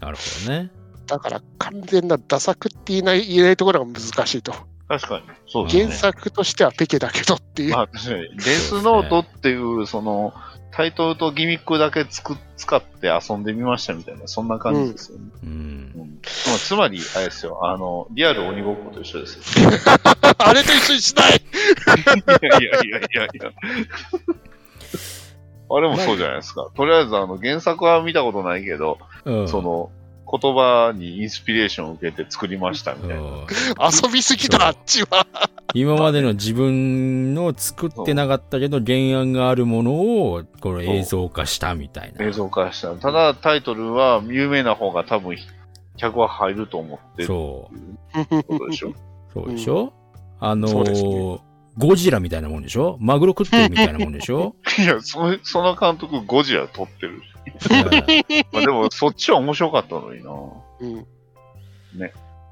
S1: なるほどね。
S3: だから完全なダ作って言えない言えないところが難しいと
S2: 確かに。そうですね。
S3: 原作としてはペケだけどっていう、
S2: まあ確かに。デスノートっていう、その、タイトルとギミックだけつく使って遊んでみましたみたいな、そんな感じですよね。
S1: うん
S2: う、んまあ、つまり、あれですよ、あの、リアル鬼ごっこと一緒ですよ。
S3: あれと一緒にしない
S2: いやいやいやいやいや。あれもそうじゃないですか。とりあえず、あの、原作は見たことないけど、
S1: うん、
S2: その、言葉にインスピレーションを受けて作りましたみ
S1: う
S2: たいな。
S1: ん
S3: 遊びすぎだあっちは
S1: 今までの自分の作ってなかったけど原案があるものをこれ映像化したみたいな
S2: 映。像化した。ただ、タイトルは有名な方が多分、客は入ると思ってる
S1: そう、
S2: ことでしょ。
S1: そうでしょ、あのー
S3: そうですね
S1: ゴジラみたいなもんでしょマグロ食ってるみたいなもんでし ょ、
S2: いや、その、その監督、ゴジラ撮ってる。
S1: うん
S2: まあでも、そっちは面白かったのにな。
S3: うん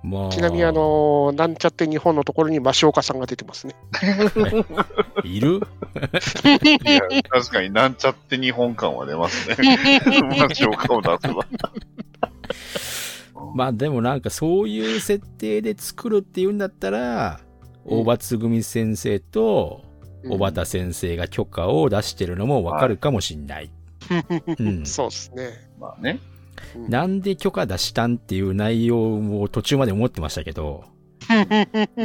S1: まあ、
S3: ちなみにあのーなんちゃって日本のところに増岡さんが出てますね
S1: いる
S2: いや、確かになんちゃって日本感は出ます ね。まあ、紹介を出せば。
S1: まあでもなんかそういう設定で作るっていうんだったら、
S3: うん
S1: 大場つぐみ先生と
S3: うん
S1: 小畑先生が許可を出してるのもわかるかもしんない。うん、
S3: そうです ね
S2: まあね。
S1: なんで許可出したんっていう内容を途中まで思ってましたけど、
S2: ま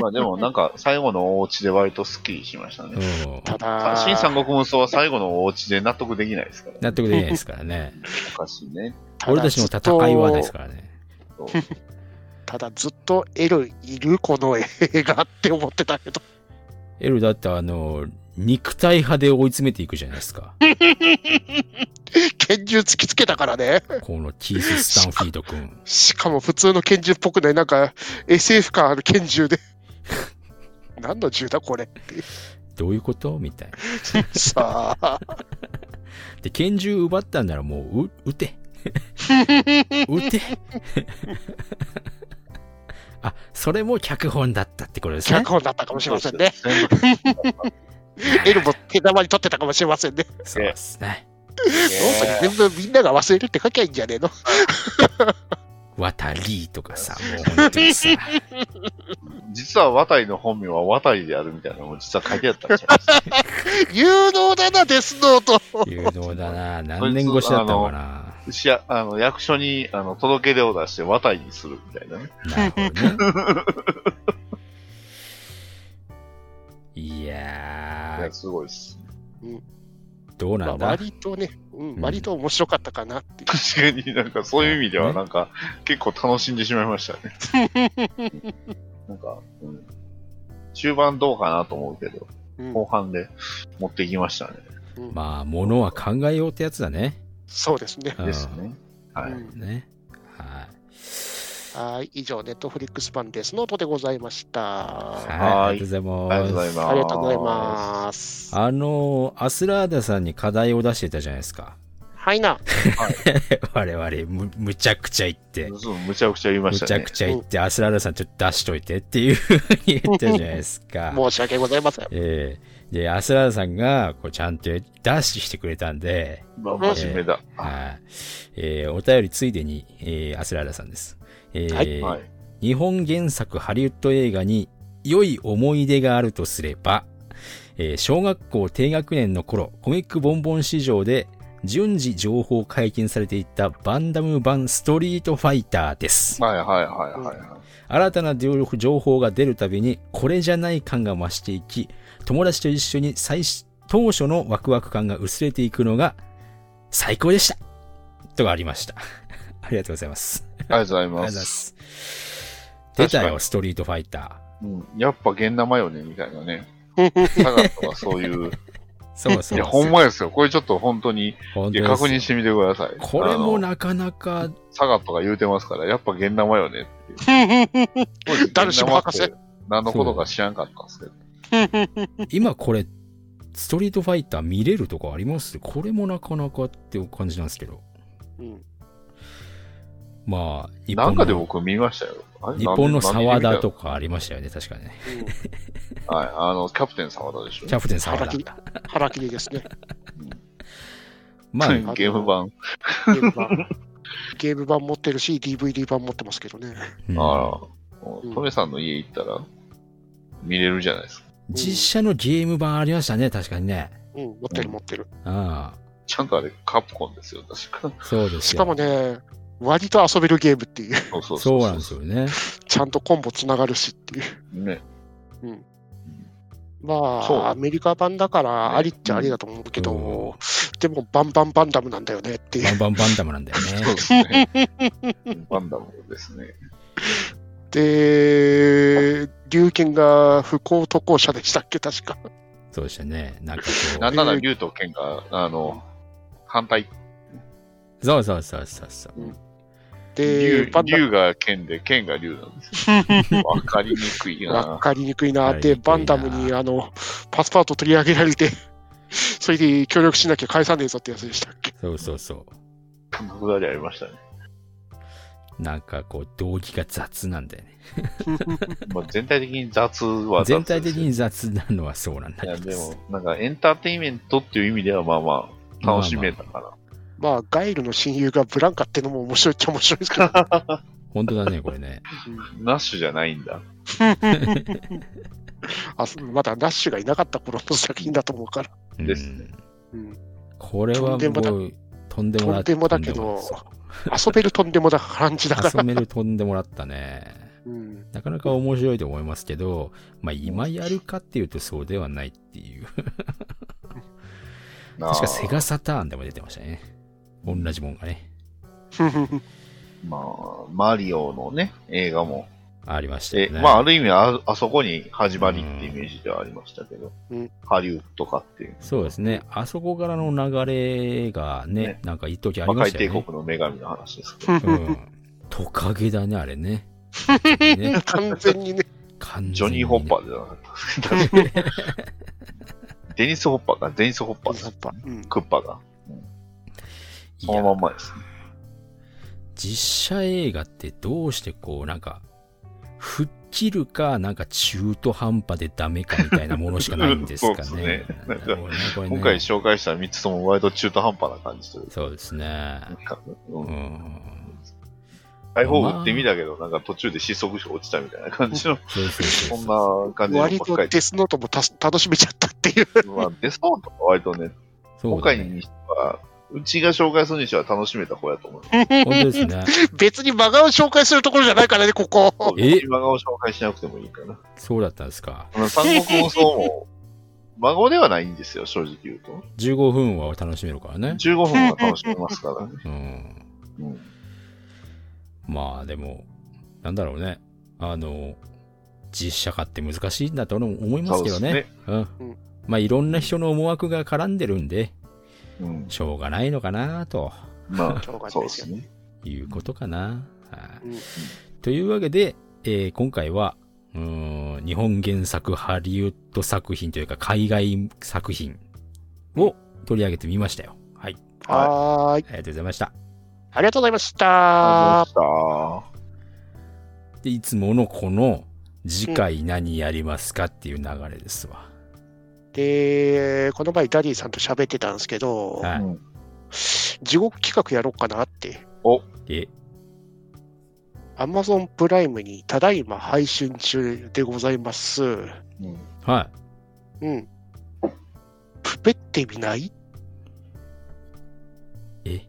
S2: あでも、なんか、最後のお家で割とスッキリしました
S1: う
S2: ね。
S1: ん、
S3: た
S2: さ
S3: だ
S2: 新三国無双は最後のお家で納得できないですからね。
S1: 納得できないですからね。
S2: おかしいね。
S3: ただ
S1: 俺たちの戦いはですからね。
S3: ただずっとエロいるこの映画って思ってたけど
S1: エルだってあの、肉体派で追い詰めていくじゃないですか。
S3: 拳銃突きつけたからね
S1: このキース・スタンフィード君。
S3: しかも普通の拳銃っぽくないなんか SF 感ある拳銃で何の銃だこれ
S1: どういうことみたいな。
S3: さあ
S1: で、拳銃奪ったんならもう、う、撃 て。撃て。あ、それも脚本だったってことですね
S3: 脚。本だったかもしれませんね
S2: そうですね。
S3: エルも手玉に取ってたかもしれませんね
S1: そうですね。
S3: 全部みんなが忘れるって書きゃいいんじゃねえの
S1: 渡りとかさ、 もう本当にさ、
S2: 実は渡りの本名は渡りであるみたいなのも実は書いてあったんちゃ います
S3: 有能だな、デスノート。
S1: 有能だな。何年越しだったのかな。
S2: しやあの役所にあの届け出を出して渡りにするみたいなね。
S1: なるほどね。 いや
S2: いや
S1: ー、
S2: すごいです。
S1: どう
S3: ま
S1: な
S3: あ
S1: んだ
S3: 割とね、うん
S1: うん
S3: 割と面白かったかなっていう。
S2: 確かになんかそういう意味ではなんか結構楽しんでしまいましたね。 なんか、うん、中盤どうかなと思うけど、
S3: うん
S2: 後半で持ってきましたね。
S3: うん
S1: まあ、ものは考えようってやつだね。
S3: そうですね。
S1: うん
S2: ですね。は
S3: う
S2: い。
S3: ん
S1: ね。はい。
S3: はい、以上、ネットフリックス版デスノートでございました。
S1: はい。あ
S2: はい
S1: りがとうご
S2: あ
S1: ざ
S2: り
S1: い
S2: がとうご
S1: ます。
S3: あ
S2: ざいます。
S3: りがとうございます。
S1: あの、アスラーダさんに課題を出してたじゃないですか。
S3: はいな。
S1: 我々む、むちゃくちゃ言って、
S2: そうむちゃくちゃ言いま
S1: む
S2: し
S1: ち
S2: た
S1: ゃ
S2: ね
S1: く。ちゃ言って、アスラーダさんちょっと出しといてっていうふうに言ったじゃないですか。
S3: 申し訳ございません。
S1: ええで、アスラーダさんが、こう、ちゃんとダッシュしてくれたんで、
S2: まあ、真面目だ。
S1: はい。えーお便りついでに、えーアスラーダさんです。えー
S3: はい
S2: はい。
S1: 日本原作ハリウッド映画に良い思い出があるとすれば、えー小学校低学年の頃、コミックボンボン市場で順次情報解禁されていたバンダム版ストリートファイターです。
S2: はいはいはいはいはい。
S1: 新たな情報が出るたびに、これじゃない感が増していき、友達と一緒に最初当初のワクワク感が薄れていくのが最高でしたとがありました。 ありがとうございます。
S2: ありがとうござい
S1: ありがとう
S2: ま。
S1: ございますす。出た
S2: 確か
S1: よ、
S2: に
S1: ストリートファイタ
S2: うん、やっぱ現ンマヨネみたいなね。サガとかそういう。
S1: ー。そうそうそ。
S2: いうや、ほんまですよ。これちょっと本当に
S1: 本
S2: い
S1: 当
S2: や
S1: です
S2: 確認してみてください。
S1: これも
S2: あの。
S1: なかなか、
S2: サガとか言うてますから、やっぱ現ンマヨネっていう。
S3: 誰しも博士
S2: 現ンマって何のことか知らんかったんですけど。
S1: 今これ、ストリートファイター見れるとかありますこれもなかなかっていう感じなんですけど。
S3: うん
S1: まあ、日
S2: な
S1: 本
S2: んかで
S1: の、
S2: 僕見ましたよ。あれ
S1: 日本の沢田。
S2: なんで
S1: とかありましたよね、確かね。
S2: 何はい、あの、キャプテン沢田でしょ
S1: キ。ャプテン沢
S3: 腹
S1: 田
S3: 切。り、腹切りですね。
S1: まあ、
S3: ん
S2: ゲーム版。
S3: ゲーム版。ゲーム版持ってるし、DVD 版持ってますけどね。
S1: うん
S2: あら、もうトメさんの家行ったら、見れるじゃないですか。
S1: 実写のゲーム版ありましたね、確かにね。
S3: うん、持ってる持ってる。
S1: あ
S2: ちゃんとあれ、カプコンですよ、確か。
S1: あ、そうです
S3: しか
S1: よ。
S3: もね、割と遊べるゲームっていう、
S2: そうそう
S1: そうなんですよね。
S3: ちゃんとコンボつながるしっていう。
S2: ね。
S3: ま
S2: そう
S3: あ、アメリカ版だから、ありっちゃありだと思うけど、でも、バンバンバンダムなんだよねってい
S1: バ
S3: う。
S1: ンバンバンダムなんだよ
S2: そう
S1: ね。
S2: ですね。 バンダムですね。
S3: で、龍拳が不幸渡航者でしたっけ、確か。
S1: そうでしたね。なんかこ
S2: なんなら竜と剣が、あの、反対。
S1: う。そうそうそうそうそう。
S3: で
S2: 竜、
S3: バンダム。
S2: 竜が剣で、剣が竜なんで すよ。わかりにくい
S3: わ
S2: な。
S3: かりにくいな。で、
S1: わか
S3: バ
S1: りにくい
S3: ン
S1: な
S3: ダムに、あの、パスパート取り上げられて、 それで協力しなきゃ返さねえぞってやつでしたっけ。
S1: そうそうそ
S2: そんなくだりありましたね。
S1: う。なんかこう、動機が雑なんだよね。
S2: まあ、全体的に雑は雑
S1: 全
S2: ですよ
S1: 体的に雑なのはそうなんだ
S2: いや、
S1: けど
S2: で。も、なんかエンターテインメントっていう意味では、まあまあ、楽しめたか。
S3: まあ、ガイルの親友がブランカってのも面白いっちゃ面白いです から
S1: 本当だね、これね。
S2: ら。ナッシュじゃないんだ。
S3: あまだナッシュがいなかった頃の作品だと思うから。
S1: うん
S2: ですね
S3: うん
S1: これは
S3: とんでもだ
S1: もう、とんでもだ
S3: とんでもだけど
S1: とんでもそう
S3: 遊べるとんでもな感じだ から。
S1: 遊べるとんでもらったね。
S3: うん
S1: なかなか面白いと思いますけど、まあ今やるかっていうとそうではないっていう。
S2: なあ
S1: 確かセガサターンでも出てましたね。同じもんがね。
S2: まあ、マリオのね、映画も。
S1: ありました
S2: え
S1: よね。
S2: まあ、ある意味あ、あそこに始まりってイメージではありましたけど
S3: うん、
S2: ハリウッド化っていう。
S1: そうですね。あそこからの流れがね、
S2: ね
S1: なんか一時あ
S2: 魔
S1: りま
S2: 界
S1: した
S2: 帝
S1: よね。
S2: 国の女神の話ですけど。
S1: うん。トカゲだね、あれね。 ね
S3: 完全にね、
S1: 完全にね
S2: ジョニー・ホッパーじゃなかった。 デニス・ホッパーか、デニス・ホッパー
S3: や
S2: か
S3: っ、ぱ、うん
S2: クッパが。
S1: い
S2: そのま
S1: や
S2: んまですね。
S1: 実写映画ってどうしてこう、なんか、吹っ切るか、なんか中途半端でダメかみたいなものしかないんですかね。
S2: そうですねなんか
S1: もうねこれね
S2: 今回紹介した3つとも割と中途半端な感じという
S1: そうですね。
S2: か、うん
S1: うん。
S2: 大砲撃ってみたけど、なんか途中で失速して落ちたみたいな感じの、
S1: そうそうそ
S2: こ
S1: うんそう。
S2: な感じのばっ
S3: 割
S2: か
S3: と
S2: り
S3: デスノートもた楽しめちゃったっていう。
S2: まあ、デスノートは割とね、
S1: そう
S2: 今
S1: だ
S2: 回
S1: ね。
S2: にしては、うちが紹介するにしては楽しめた方やと思う。
S1: 本当ですね。
S3: 別に真顔紹介するところじゃないからね、ここ。
S1: え
S2: 今顔を紹介しなくてもいいかな。
S1: そうだったんですか。
S2: あの三国無双も、孫ではないんですよ、正直言うと。
S1: 15分は楽しめるからね。
S2: 15分は楽しめますからね。
S1: うん。
S2: うん
S1: まあでも、なんだろうね。あの、実写化って難 しいんだと俺も思いますけどね。うん
S3: うん。
S1: まあいろんな人の思惑が絡んでるんで、
S2: うん。
S1: しょうがないのかなと
S2: ま
S3: しょうがな
S2: あ、
S3: い
S2: そう
S3: で
S2: です
S3: よ
S2: すね。
S1: いうことかな。はい
S3: うん
S1: というわけで、えー今回は、うーん日本原作ハリウッド作品というか海外作品を取り上げてみましたよ。はい。
S3: はーい。
S1: ありがとうございました。
S3: ありがとうございまし
S2: あ
S3: た。
S2: りがとうございまし
S1: で、いつものこの、次回何やりますかっていう流れですわ。
S3: で、この前、ダディさんと喋ってたんですけど、
S1: はい。
S2: うん
S3: 地獄企画やろうかなって。
S1: え、
S3: アマゾンプライムにただいま配信中でございます。う
S2: た。うん
S1: は
S3: ん。プペってみない
S1: い。え、
S2: え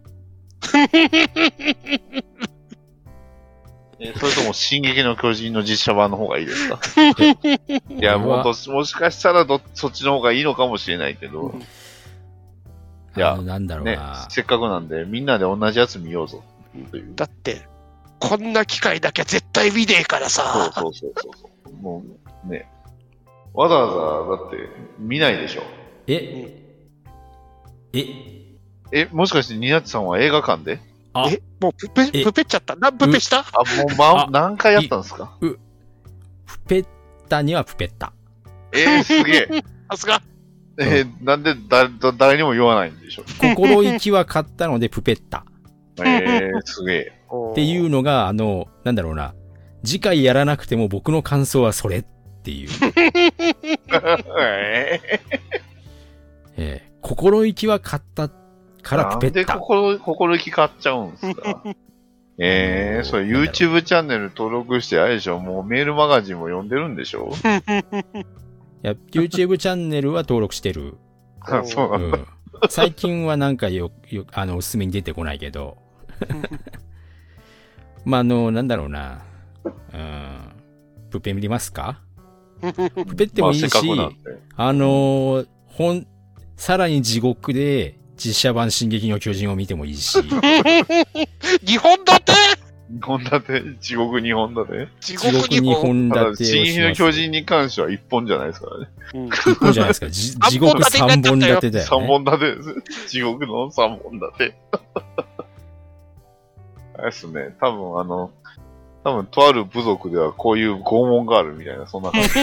S2: それとも、進撃の巨人の実写版の方がいいですかいや、もうどっち、もしかしたらど、そっちの方がいいのかもしれないけど、いや
S1: あのなんだろう
S2: ね
S1: な、。
S2: せっかくなんで、みんなで同じやつ見ようぞ。という
S3: だって、こんな機会なきゃ絶対見ねえから
S2: そう
S3: さ。
S2: そうそうそう。もう、ね。わざわざ、だって、見ないでしょ。
S1: え、え、
S2: え、もしかして、ニナッチさんは映画館で
S1: あ
S3: え、もうプペ、
S1: え
S3: プペっちゃった。な、プペした
S2: あ、もう、ま、
S1: あ
S2: 何回やったんですか
S1: プペッタにはプペッタ。
S2: えー、すげえ。
S3: さすが。
S2: えーなんでだ、だ、誰にも言わないんでしょ
S1: 心意気は買ったのでプペッタ。
S2: えー、すげえ。
S3: っ
S1: っていうのが、あの、なんだろうな、次回やらなくても僕の感想はそれって いう、え
S2: えー
S1: え心意気は買ったから
S2: なん
S1: プペ
S2: で
S1: ッタ。
S2: 心、心意気買っちゃうんです かえー、それ
S1: なんだろう
S2: YouTube チャンネル登録して、あれでしょもうメールマガジンも読んでるんでしょ
S1: いや YouTube チャンネルは登録してる。
S2: あ そう
S1: う
S2: なんだ。
S1: ん、最近はなんかよ、よ、あの、おすすめに出てこないけど。まあ、あの、なんだろうな。うん。プペ見れますかプペってもいいし、
S2: まあ、せっかくなんで。
S1: あのー、ほん、さらに地獄で実写版進撃の巨人を見てもいいし、
S3: 日本だって
S2: 2本立て、地獄2本立て。
S3: 地
S1: 地
S3: 獄
S1: 獄
S3: 日
S1: 二
S3: 本。
S1: 本
S2: ただ、
S1: 立てをし
S2: 新
S1: ます
S2: 日の巨人に関しては1本じゃないですからね。
S3: うん
S1: 一本じゃないですか。 じ地獄三本立てだよ、
S2: 3
S1: ね。
S2: 本立てです。地獄の3本立て。あれっすね、多分あの、多分とある部族ではこういう拷問があるみたいな、そんな感じ。
S3: フ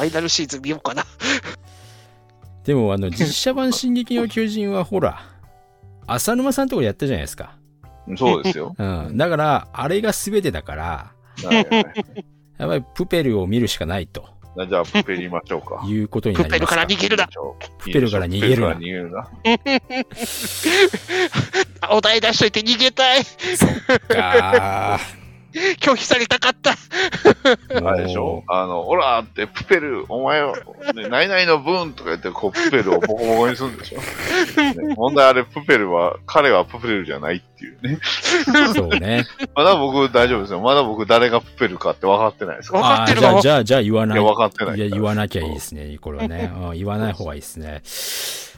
S3: ァイナルシーズン見ようかな。
S1: でも、あの、実写版進撃の巨人はほら、浅沼さんとこでやったじゃないですか。
S2: そうですよ。
S1: うん。だから、あれが全てだから、
S2: はいはいはい
S1: やっぱりプペルを見るしかないと
S2: なじゃあ、プペりましょうか。
S1: いうことにな
S3: プ
S1: り
S3: ペ
S1: ま
S3: ル
S1: す
S3: から
S1: か。
S3: 逃げるな。
S1: プペルから逃げるな
S2: プペルから逃
S3: お題出しといて逃げたい。
S1: か
S3: 拒否されたか った。
S2: げるな。あ れでしょあの、オラーって、プペル、お前は、ね、ナイナイのブーンとか言って、こう、プペルをボコボコにするんでしょ、ね問題あれ、プペルは、彼はプペルじゃないっていうね。
S1: ーそうね。
S2: まだ僕大丈夫ですよ。まだ僕誰がプペルかって分かってないですから。
S3: わか
S1: あ
S3: っ
S1: あ
S3: て
S1: ー、
S3: る
S1: じ
S3: の
S1: ゃあ、じゃあ、じゃあ言わない
S2: いや、。分かってない
S1: い
S2: から。
S1: や、言わなきゃいいですね。これはね。うん言わない方がいいです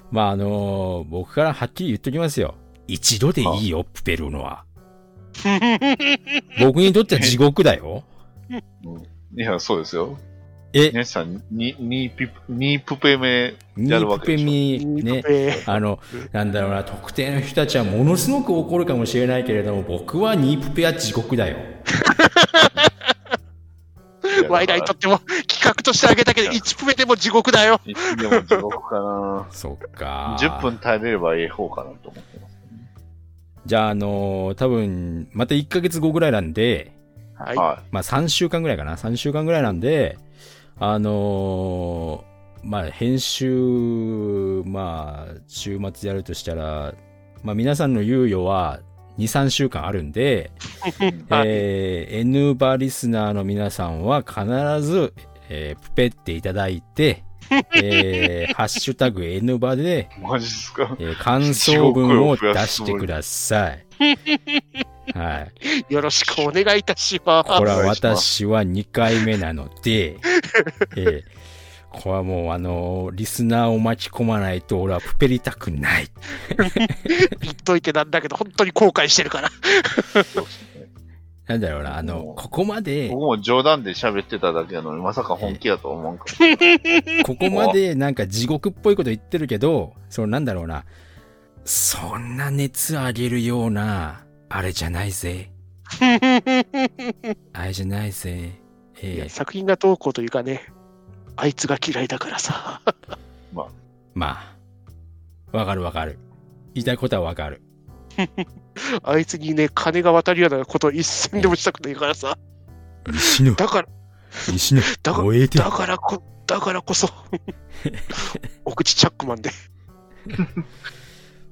S1: ね。まあ、あのー僕からはっきり言っときますよ。一度でいいよ、プペルのは。僕にとっては地獄だよ。
S2: いや、そうですよ。
S1: え、
S2: ネシさん、に、に、ピにプペ目、
S1: ニ
S2: やる
S1: ー
S2: わ
S1: プ
S2: け
S1: ペ
S2: でしょ
S1: ミ、ね、
S3: え
S1: あの、なんだろうな、特定の人たちはものすごく怒るかもしれないけれども、僕はニープペは地獄だよ。
S3: ーワイナにとっても企画としてあげたけど、1プレでも地獄だよ。
S2: いつでも地獄かな。
S1: そっか。
S2: 10分耐えれればええ方かなと思ってます。
S1: じゃあ、あのー多分、また1ヶ月後ぐらいなんで、
S3: はい。
S2: は
S1: まあ3週間ぐらいかな。3週間ぐらいなんで、あのーまあ編集、まあ週末やるとしたら、まあ皆さんの猶予は2、3週間あるんで、えー N バリスナーの皆さんは必ず、えープペっていただいて、えーハッシュタグ N バで、
S2: マジっす か。
S1: えー感想文を出してください。はい。
S3: よろしくお願いいたします。
S1: これは私は2回目なので、えーこれはもうあのーリスナーを巻き込まないと俺はプペりたくない。
S3: 言っといてなんだけど、本当に後悔してるから。
S1: なんだろうな、あの、ここまで、
S2: 僕も冗談で喋ってただけなのに、まさか本気やとは思わんかった。
S1: ここまでなんか地獄っぽいこと言ってるけど、そのなんだろうな、そんな熱上げるような、あれじゃないぜ。あれじゃないぜ。
S3: い
S1: え
S3: や
S1: え
S3: 作品がどうこうというかね、あいつが嫌いだからさ。
S1: まあ、わかるわかる。言いたいことはわかる。
S3: あいつにね、金が渡るようなことを一銭でもしたくないからさ。
S1: 石の、
S3: だから、
S1: 石の、
S3: だから
S1: 燃えて
S3: だからこ、だからこそ、お口チャックマンで。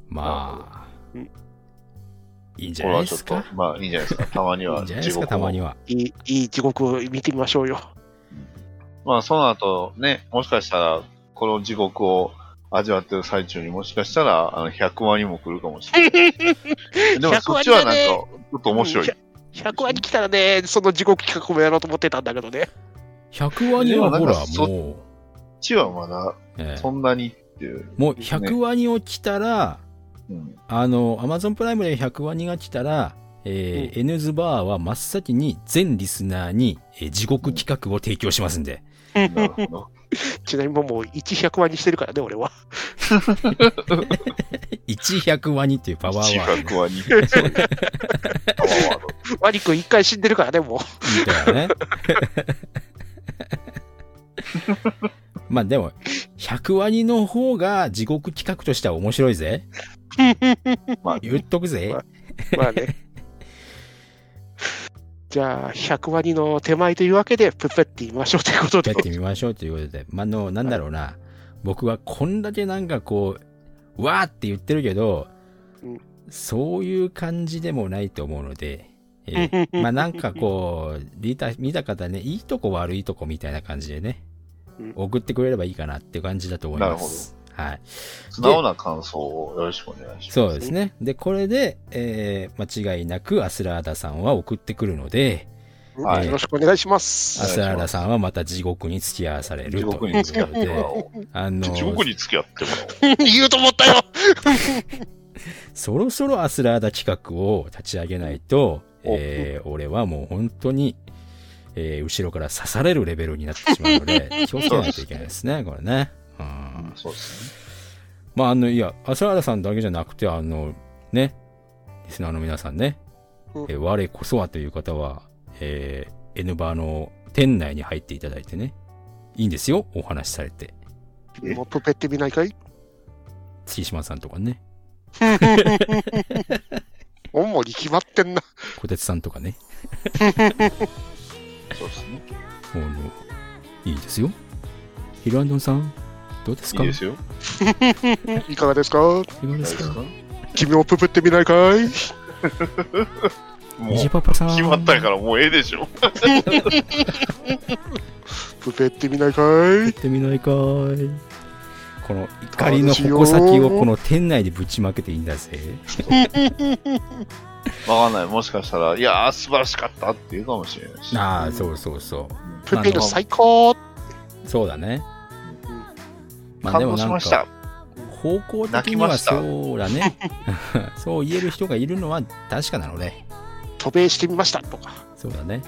S1: まあ
S3: うん、
S1: いいんじ
S2: こ
S1: ゃ
S2: れ
S1: ないで
S2: はちょっ
S1: す
S2: と
S1: か。、
S2: まあいいんじゃないですか。たまに
S1: いい
S2: は
S1: んじ
S2: 地
S1: ゃないです
S2: 獄も。
S1: か、たまには。
S3: いい、いい地獄を見てみましょうよ。
S2: まあその後ね、もしかしたら、この地獄を味わってる最中にもしかしたら、あの、100割も来るかもし れない。でもそっちはなんか、ちょっと面白い。
S3: 100話に来たらね、その地獄企画もやろうと思ってたんだけどね。
S1: 100話にはほ
S2: でもなん
S1: ら
S2: か、そ
S1: もう、
S2: こっちはまだ、
S1: ええ
S2: そんなにっていう。
S1: もう100話に落ちたら、
S2: うん。
S1: あの、アマゾンプライムで100ワニが来たら、えー N ズバーは真っ先に全リスナーに、えー地獄企画を提供しますんで。
S2: なるほど。
S3: ちなみにもう100話にしてるからね、俺は。
S1: 100ワニっていうパワーワード
S2: 100割に。そういうパワーワード。
S3: ワニ君一回死んでるからね、もう。
S1: みたいなね。 まあでも、100ワニの方が地獄企画としては面白いぜ。
S2: ま あ
S1: 言っとくぜ。
S3: まあね。じゃあ、100割の手前というわけで、プッペって言いましょうということ
S1: や
S3: で
S1: っ。てみましょうということで。まあ、あの、なんだろうな。僕はこんだけなんかこう、わーって言ってるけど、
S3: うん
S1: そういう感じでもないと思うので、えーまあなんかこう、見た、見た方ね、いいとこ悪いとこみたいな感じでね
S3: うん、
S1: 送ってくれればいいかなっていう感じだと思います。はい。
S2: 素直な感想をよろしくお願いします。
S1: そうですね。で、これで、えー間違いなくアスラーダさんは送ってくるので、
S2: は
S3: はい、
S2: い
S3: よろしくお願いしま
S1: ア
S3: す。
S1: スラーダさんはまた地獄に付き合わされるという
S2: 地
S1: こと
S2: 獄
S1: で。
S2: に付き合ってもらおう。
S1: あの
S2: 地獄に付き合ってもらおう。
S3: 言うと思ったよ
S1: そろそろアスラーダ企画を立ち上げないと、えー俺はもう本当に、えー後ろから刺されるレベルになってしまうので、 気をつけないといけないですね、これね。うん。
S2: そうですね。
S1: まあ、あの、いや、アスラーダさんだけじゃなくて、あの、ね、リスナーの皆さんね、えー我こそはという方は、えー N バーの店内に入っていただいてね、いいんですよ、お話しされて。
S3: もうプッペってみないかい
S1: 月島さんとかね、
S3: おもり決まってんな。
S1: 小鉄さんとかね、
S2: そうですね。
S1: あのいいですよ。ヒルアンドンさん、どうです
S2: い
S1: か
S2: いですよ。
S3: いかがですか
S1: いかがです
S2: 大丈夫
S1: か
S2: です
S3: 君もプッペってみないかい
S2: かもう、
S1: ニジ
S2: 決
S1: パパさん。
S2: まったんやからもうええでしょ。
S3: プッペってみないか
S1: やっ
S3: い
S1: てみないかい。この怒りの矛先をこの店内でぶちまけていいんだぜ。
S2: わかんない。もしかしたら、いやー、素晴らしかったって言うかもしれないし。
S1: ああ、そうそうそ
S3: プッペの最高
S1: う。そうだね。まあ
S2: 感
S1: でも
S2: 動し
S1: なん
S2: ました
S1: か、。方向的に
S2: 泣きま
S1: は
S2: した
S1: そうだね。 そう言える人がいるのは確かなのね。
S3: 渡米してみましたとか。
S1: そうだ ね。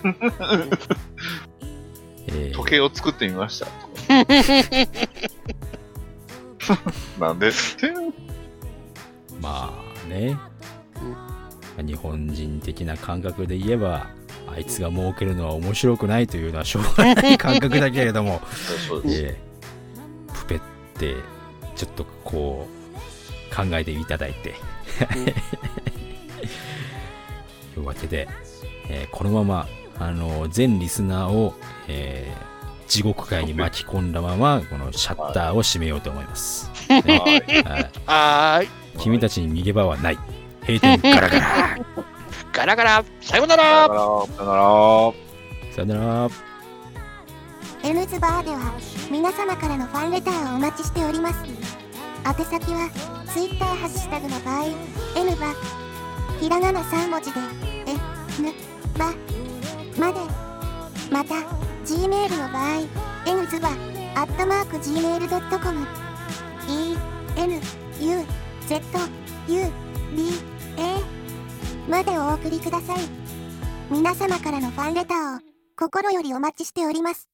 S1: えー
S2: 時計を作ってみ ました。なんでって
S1: まあね、日本人的な感覚で言えばあいつが儲けるのは面白くないというのはしょうがない感覚だけれども、
S2: そうです。
S1: ええプペってちょっとこう考えていただいて というわけで、えーこのままあの全リスナーを、えー地獄界に巻き込んだままこのシャッターを閉めようと思います、ね
S2: はい
S1: はい
S3: はーい。
S1: 君たちに逃げ場はない。閉店ガラガラ。
S3: ガラガラ、さような
S2: さ
S3: ら
S2: よならさよなら。
S1: さよなら。
S5: エムズバーでは皆様からのファンレターをお待ちしております宛先は Twitter ハッシュタグの場合 N ばひらがな3文字で N ばまでまた Gmail の場合 N ズバアットマーク Gmail.com E N U Z U B A までお送りください皆様からのファンレターを心よりお待ちしております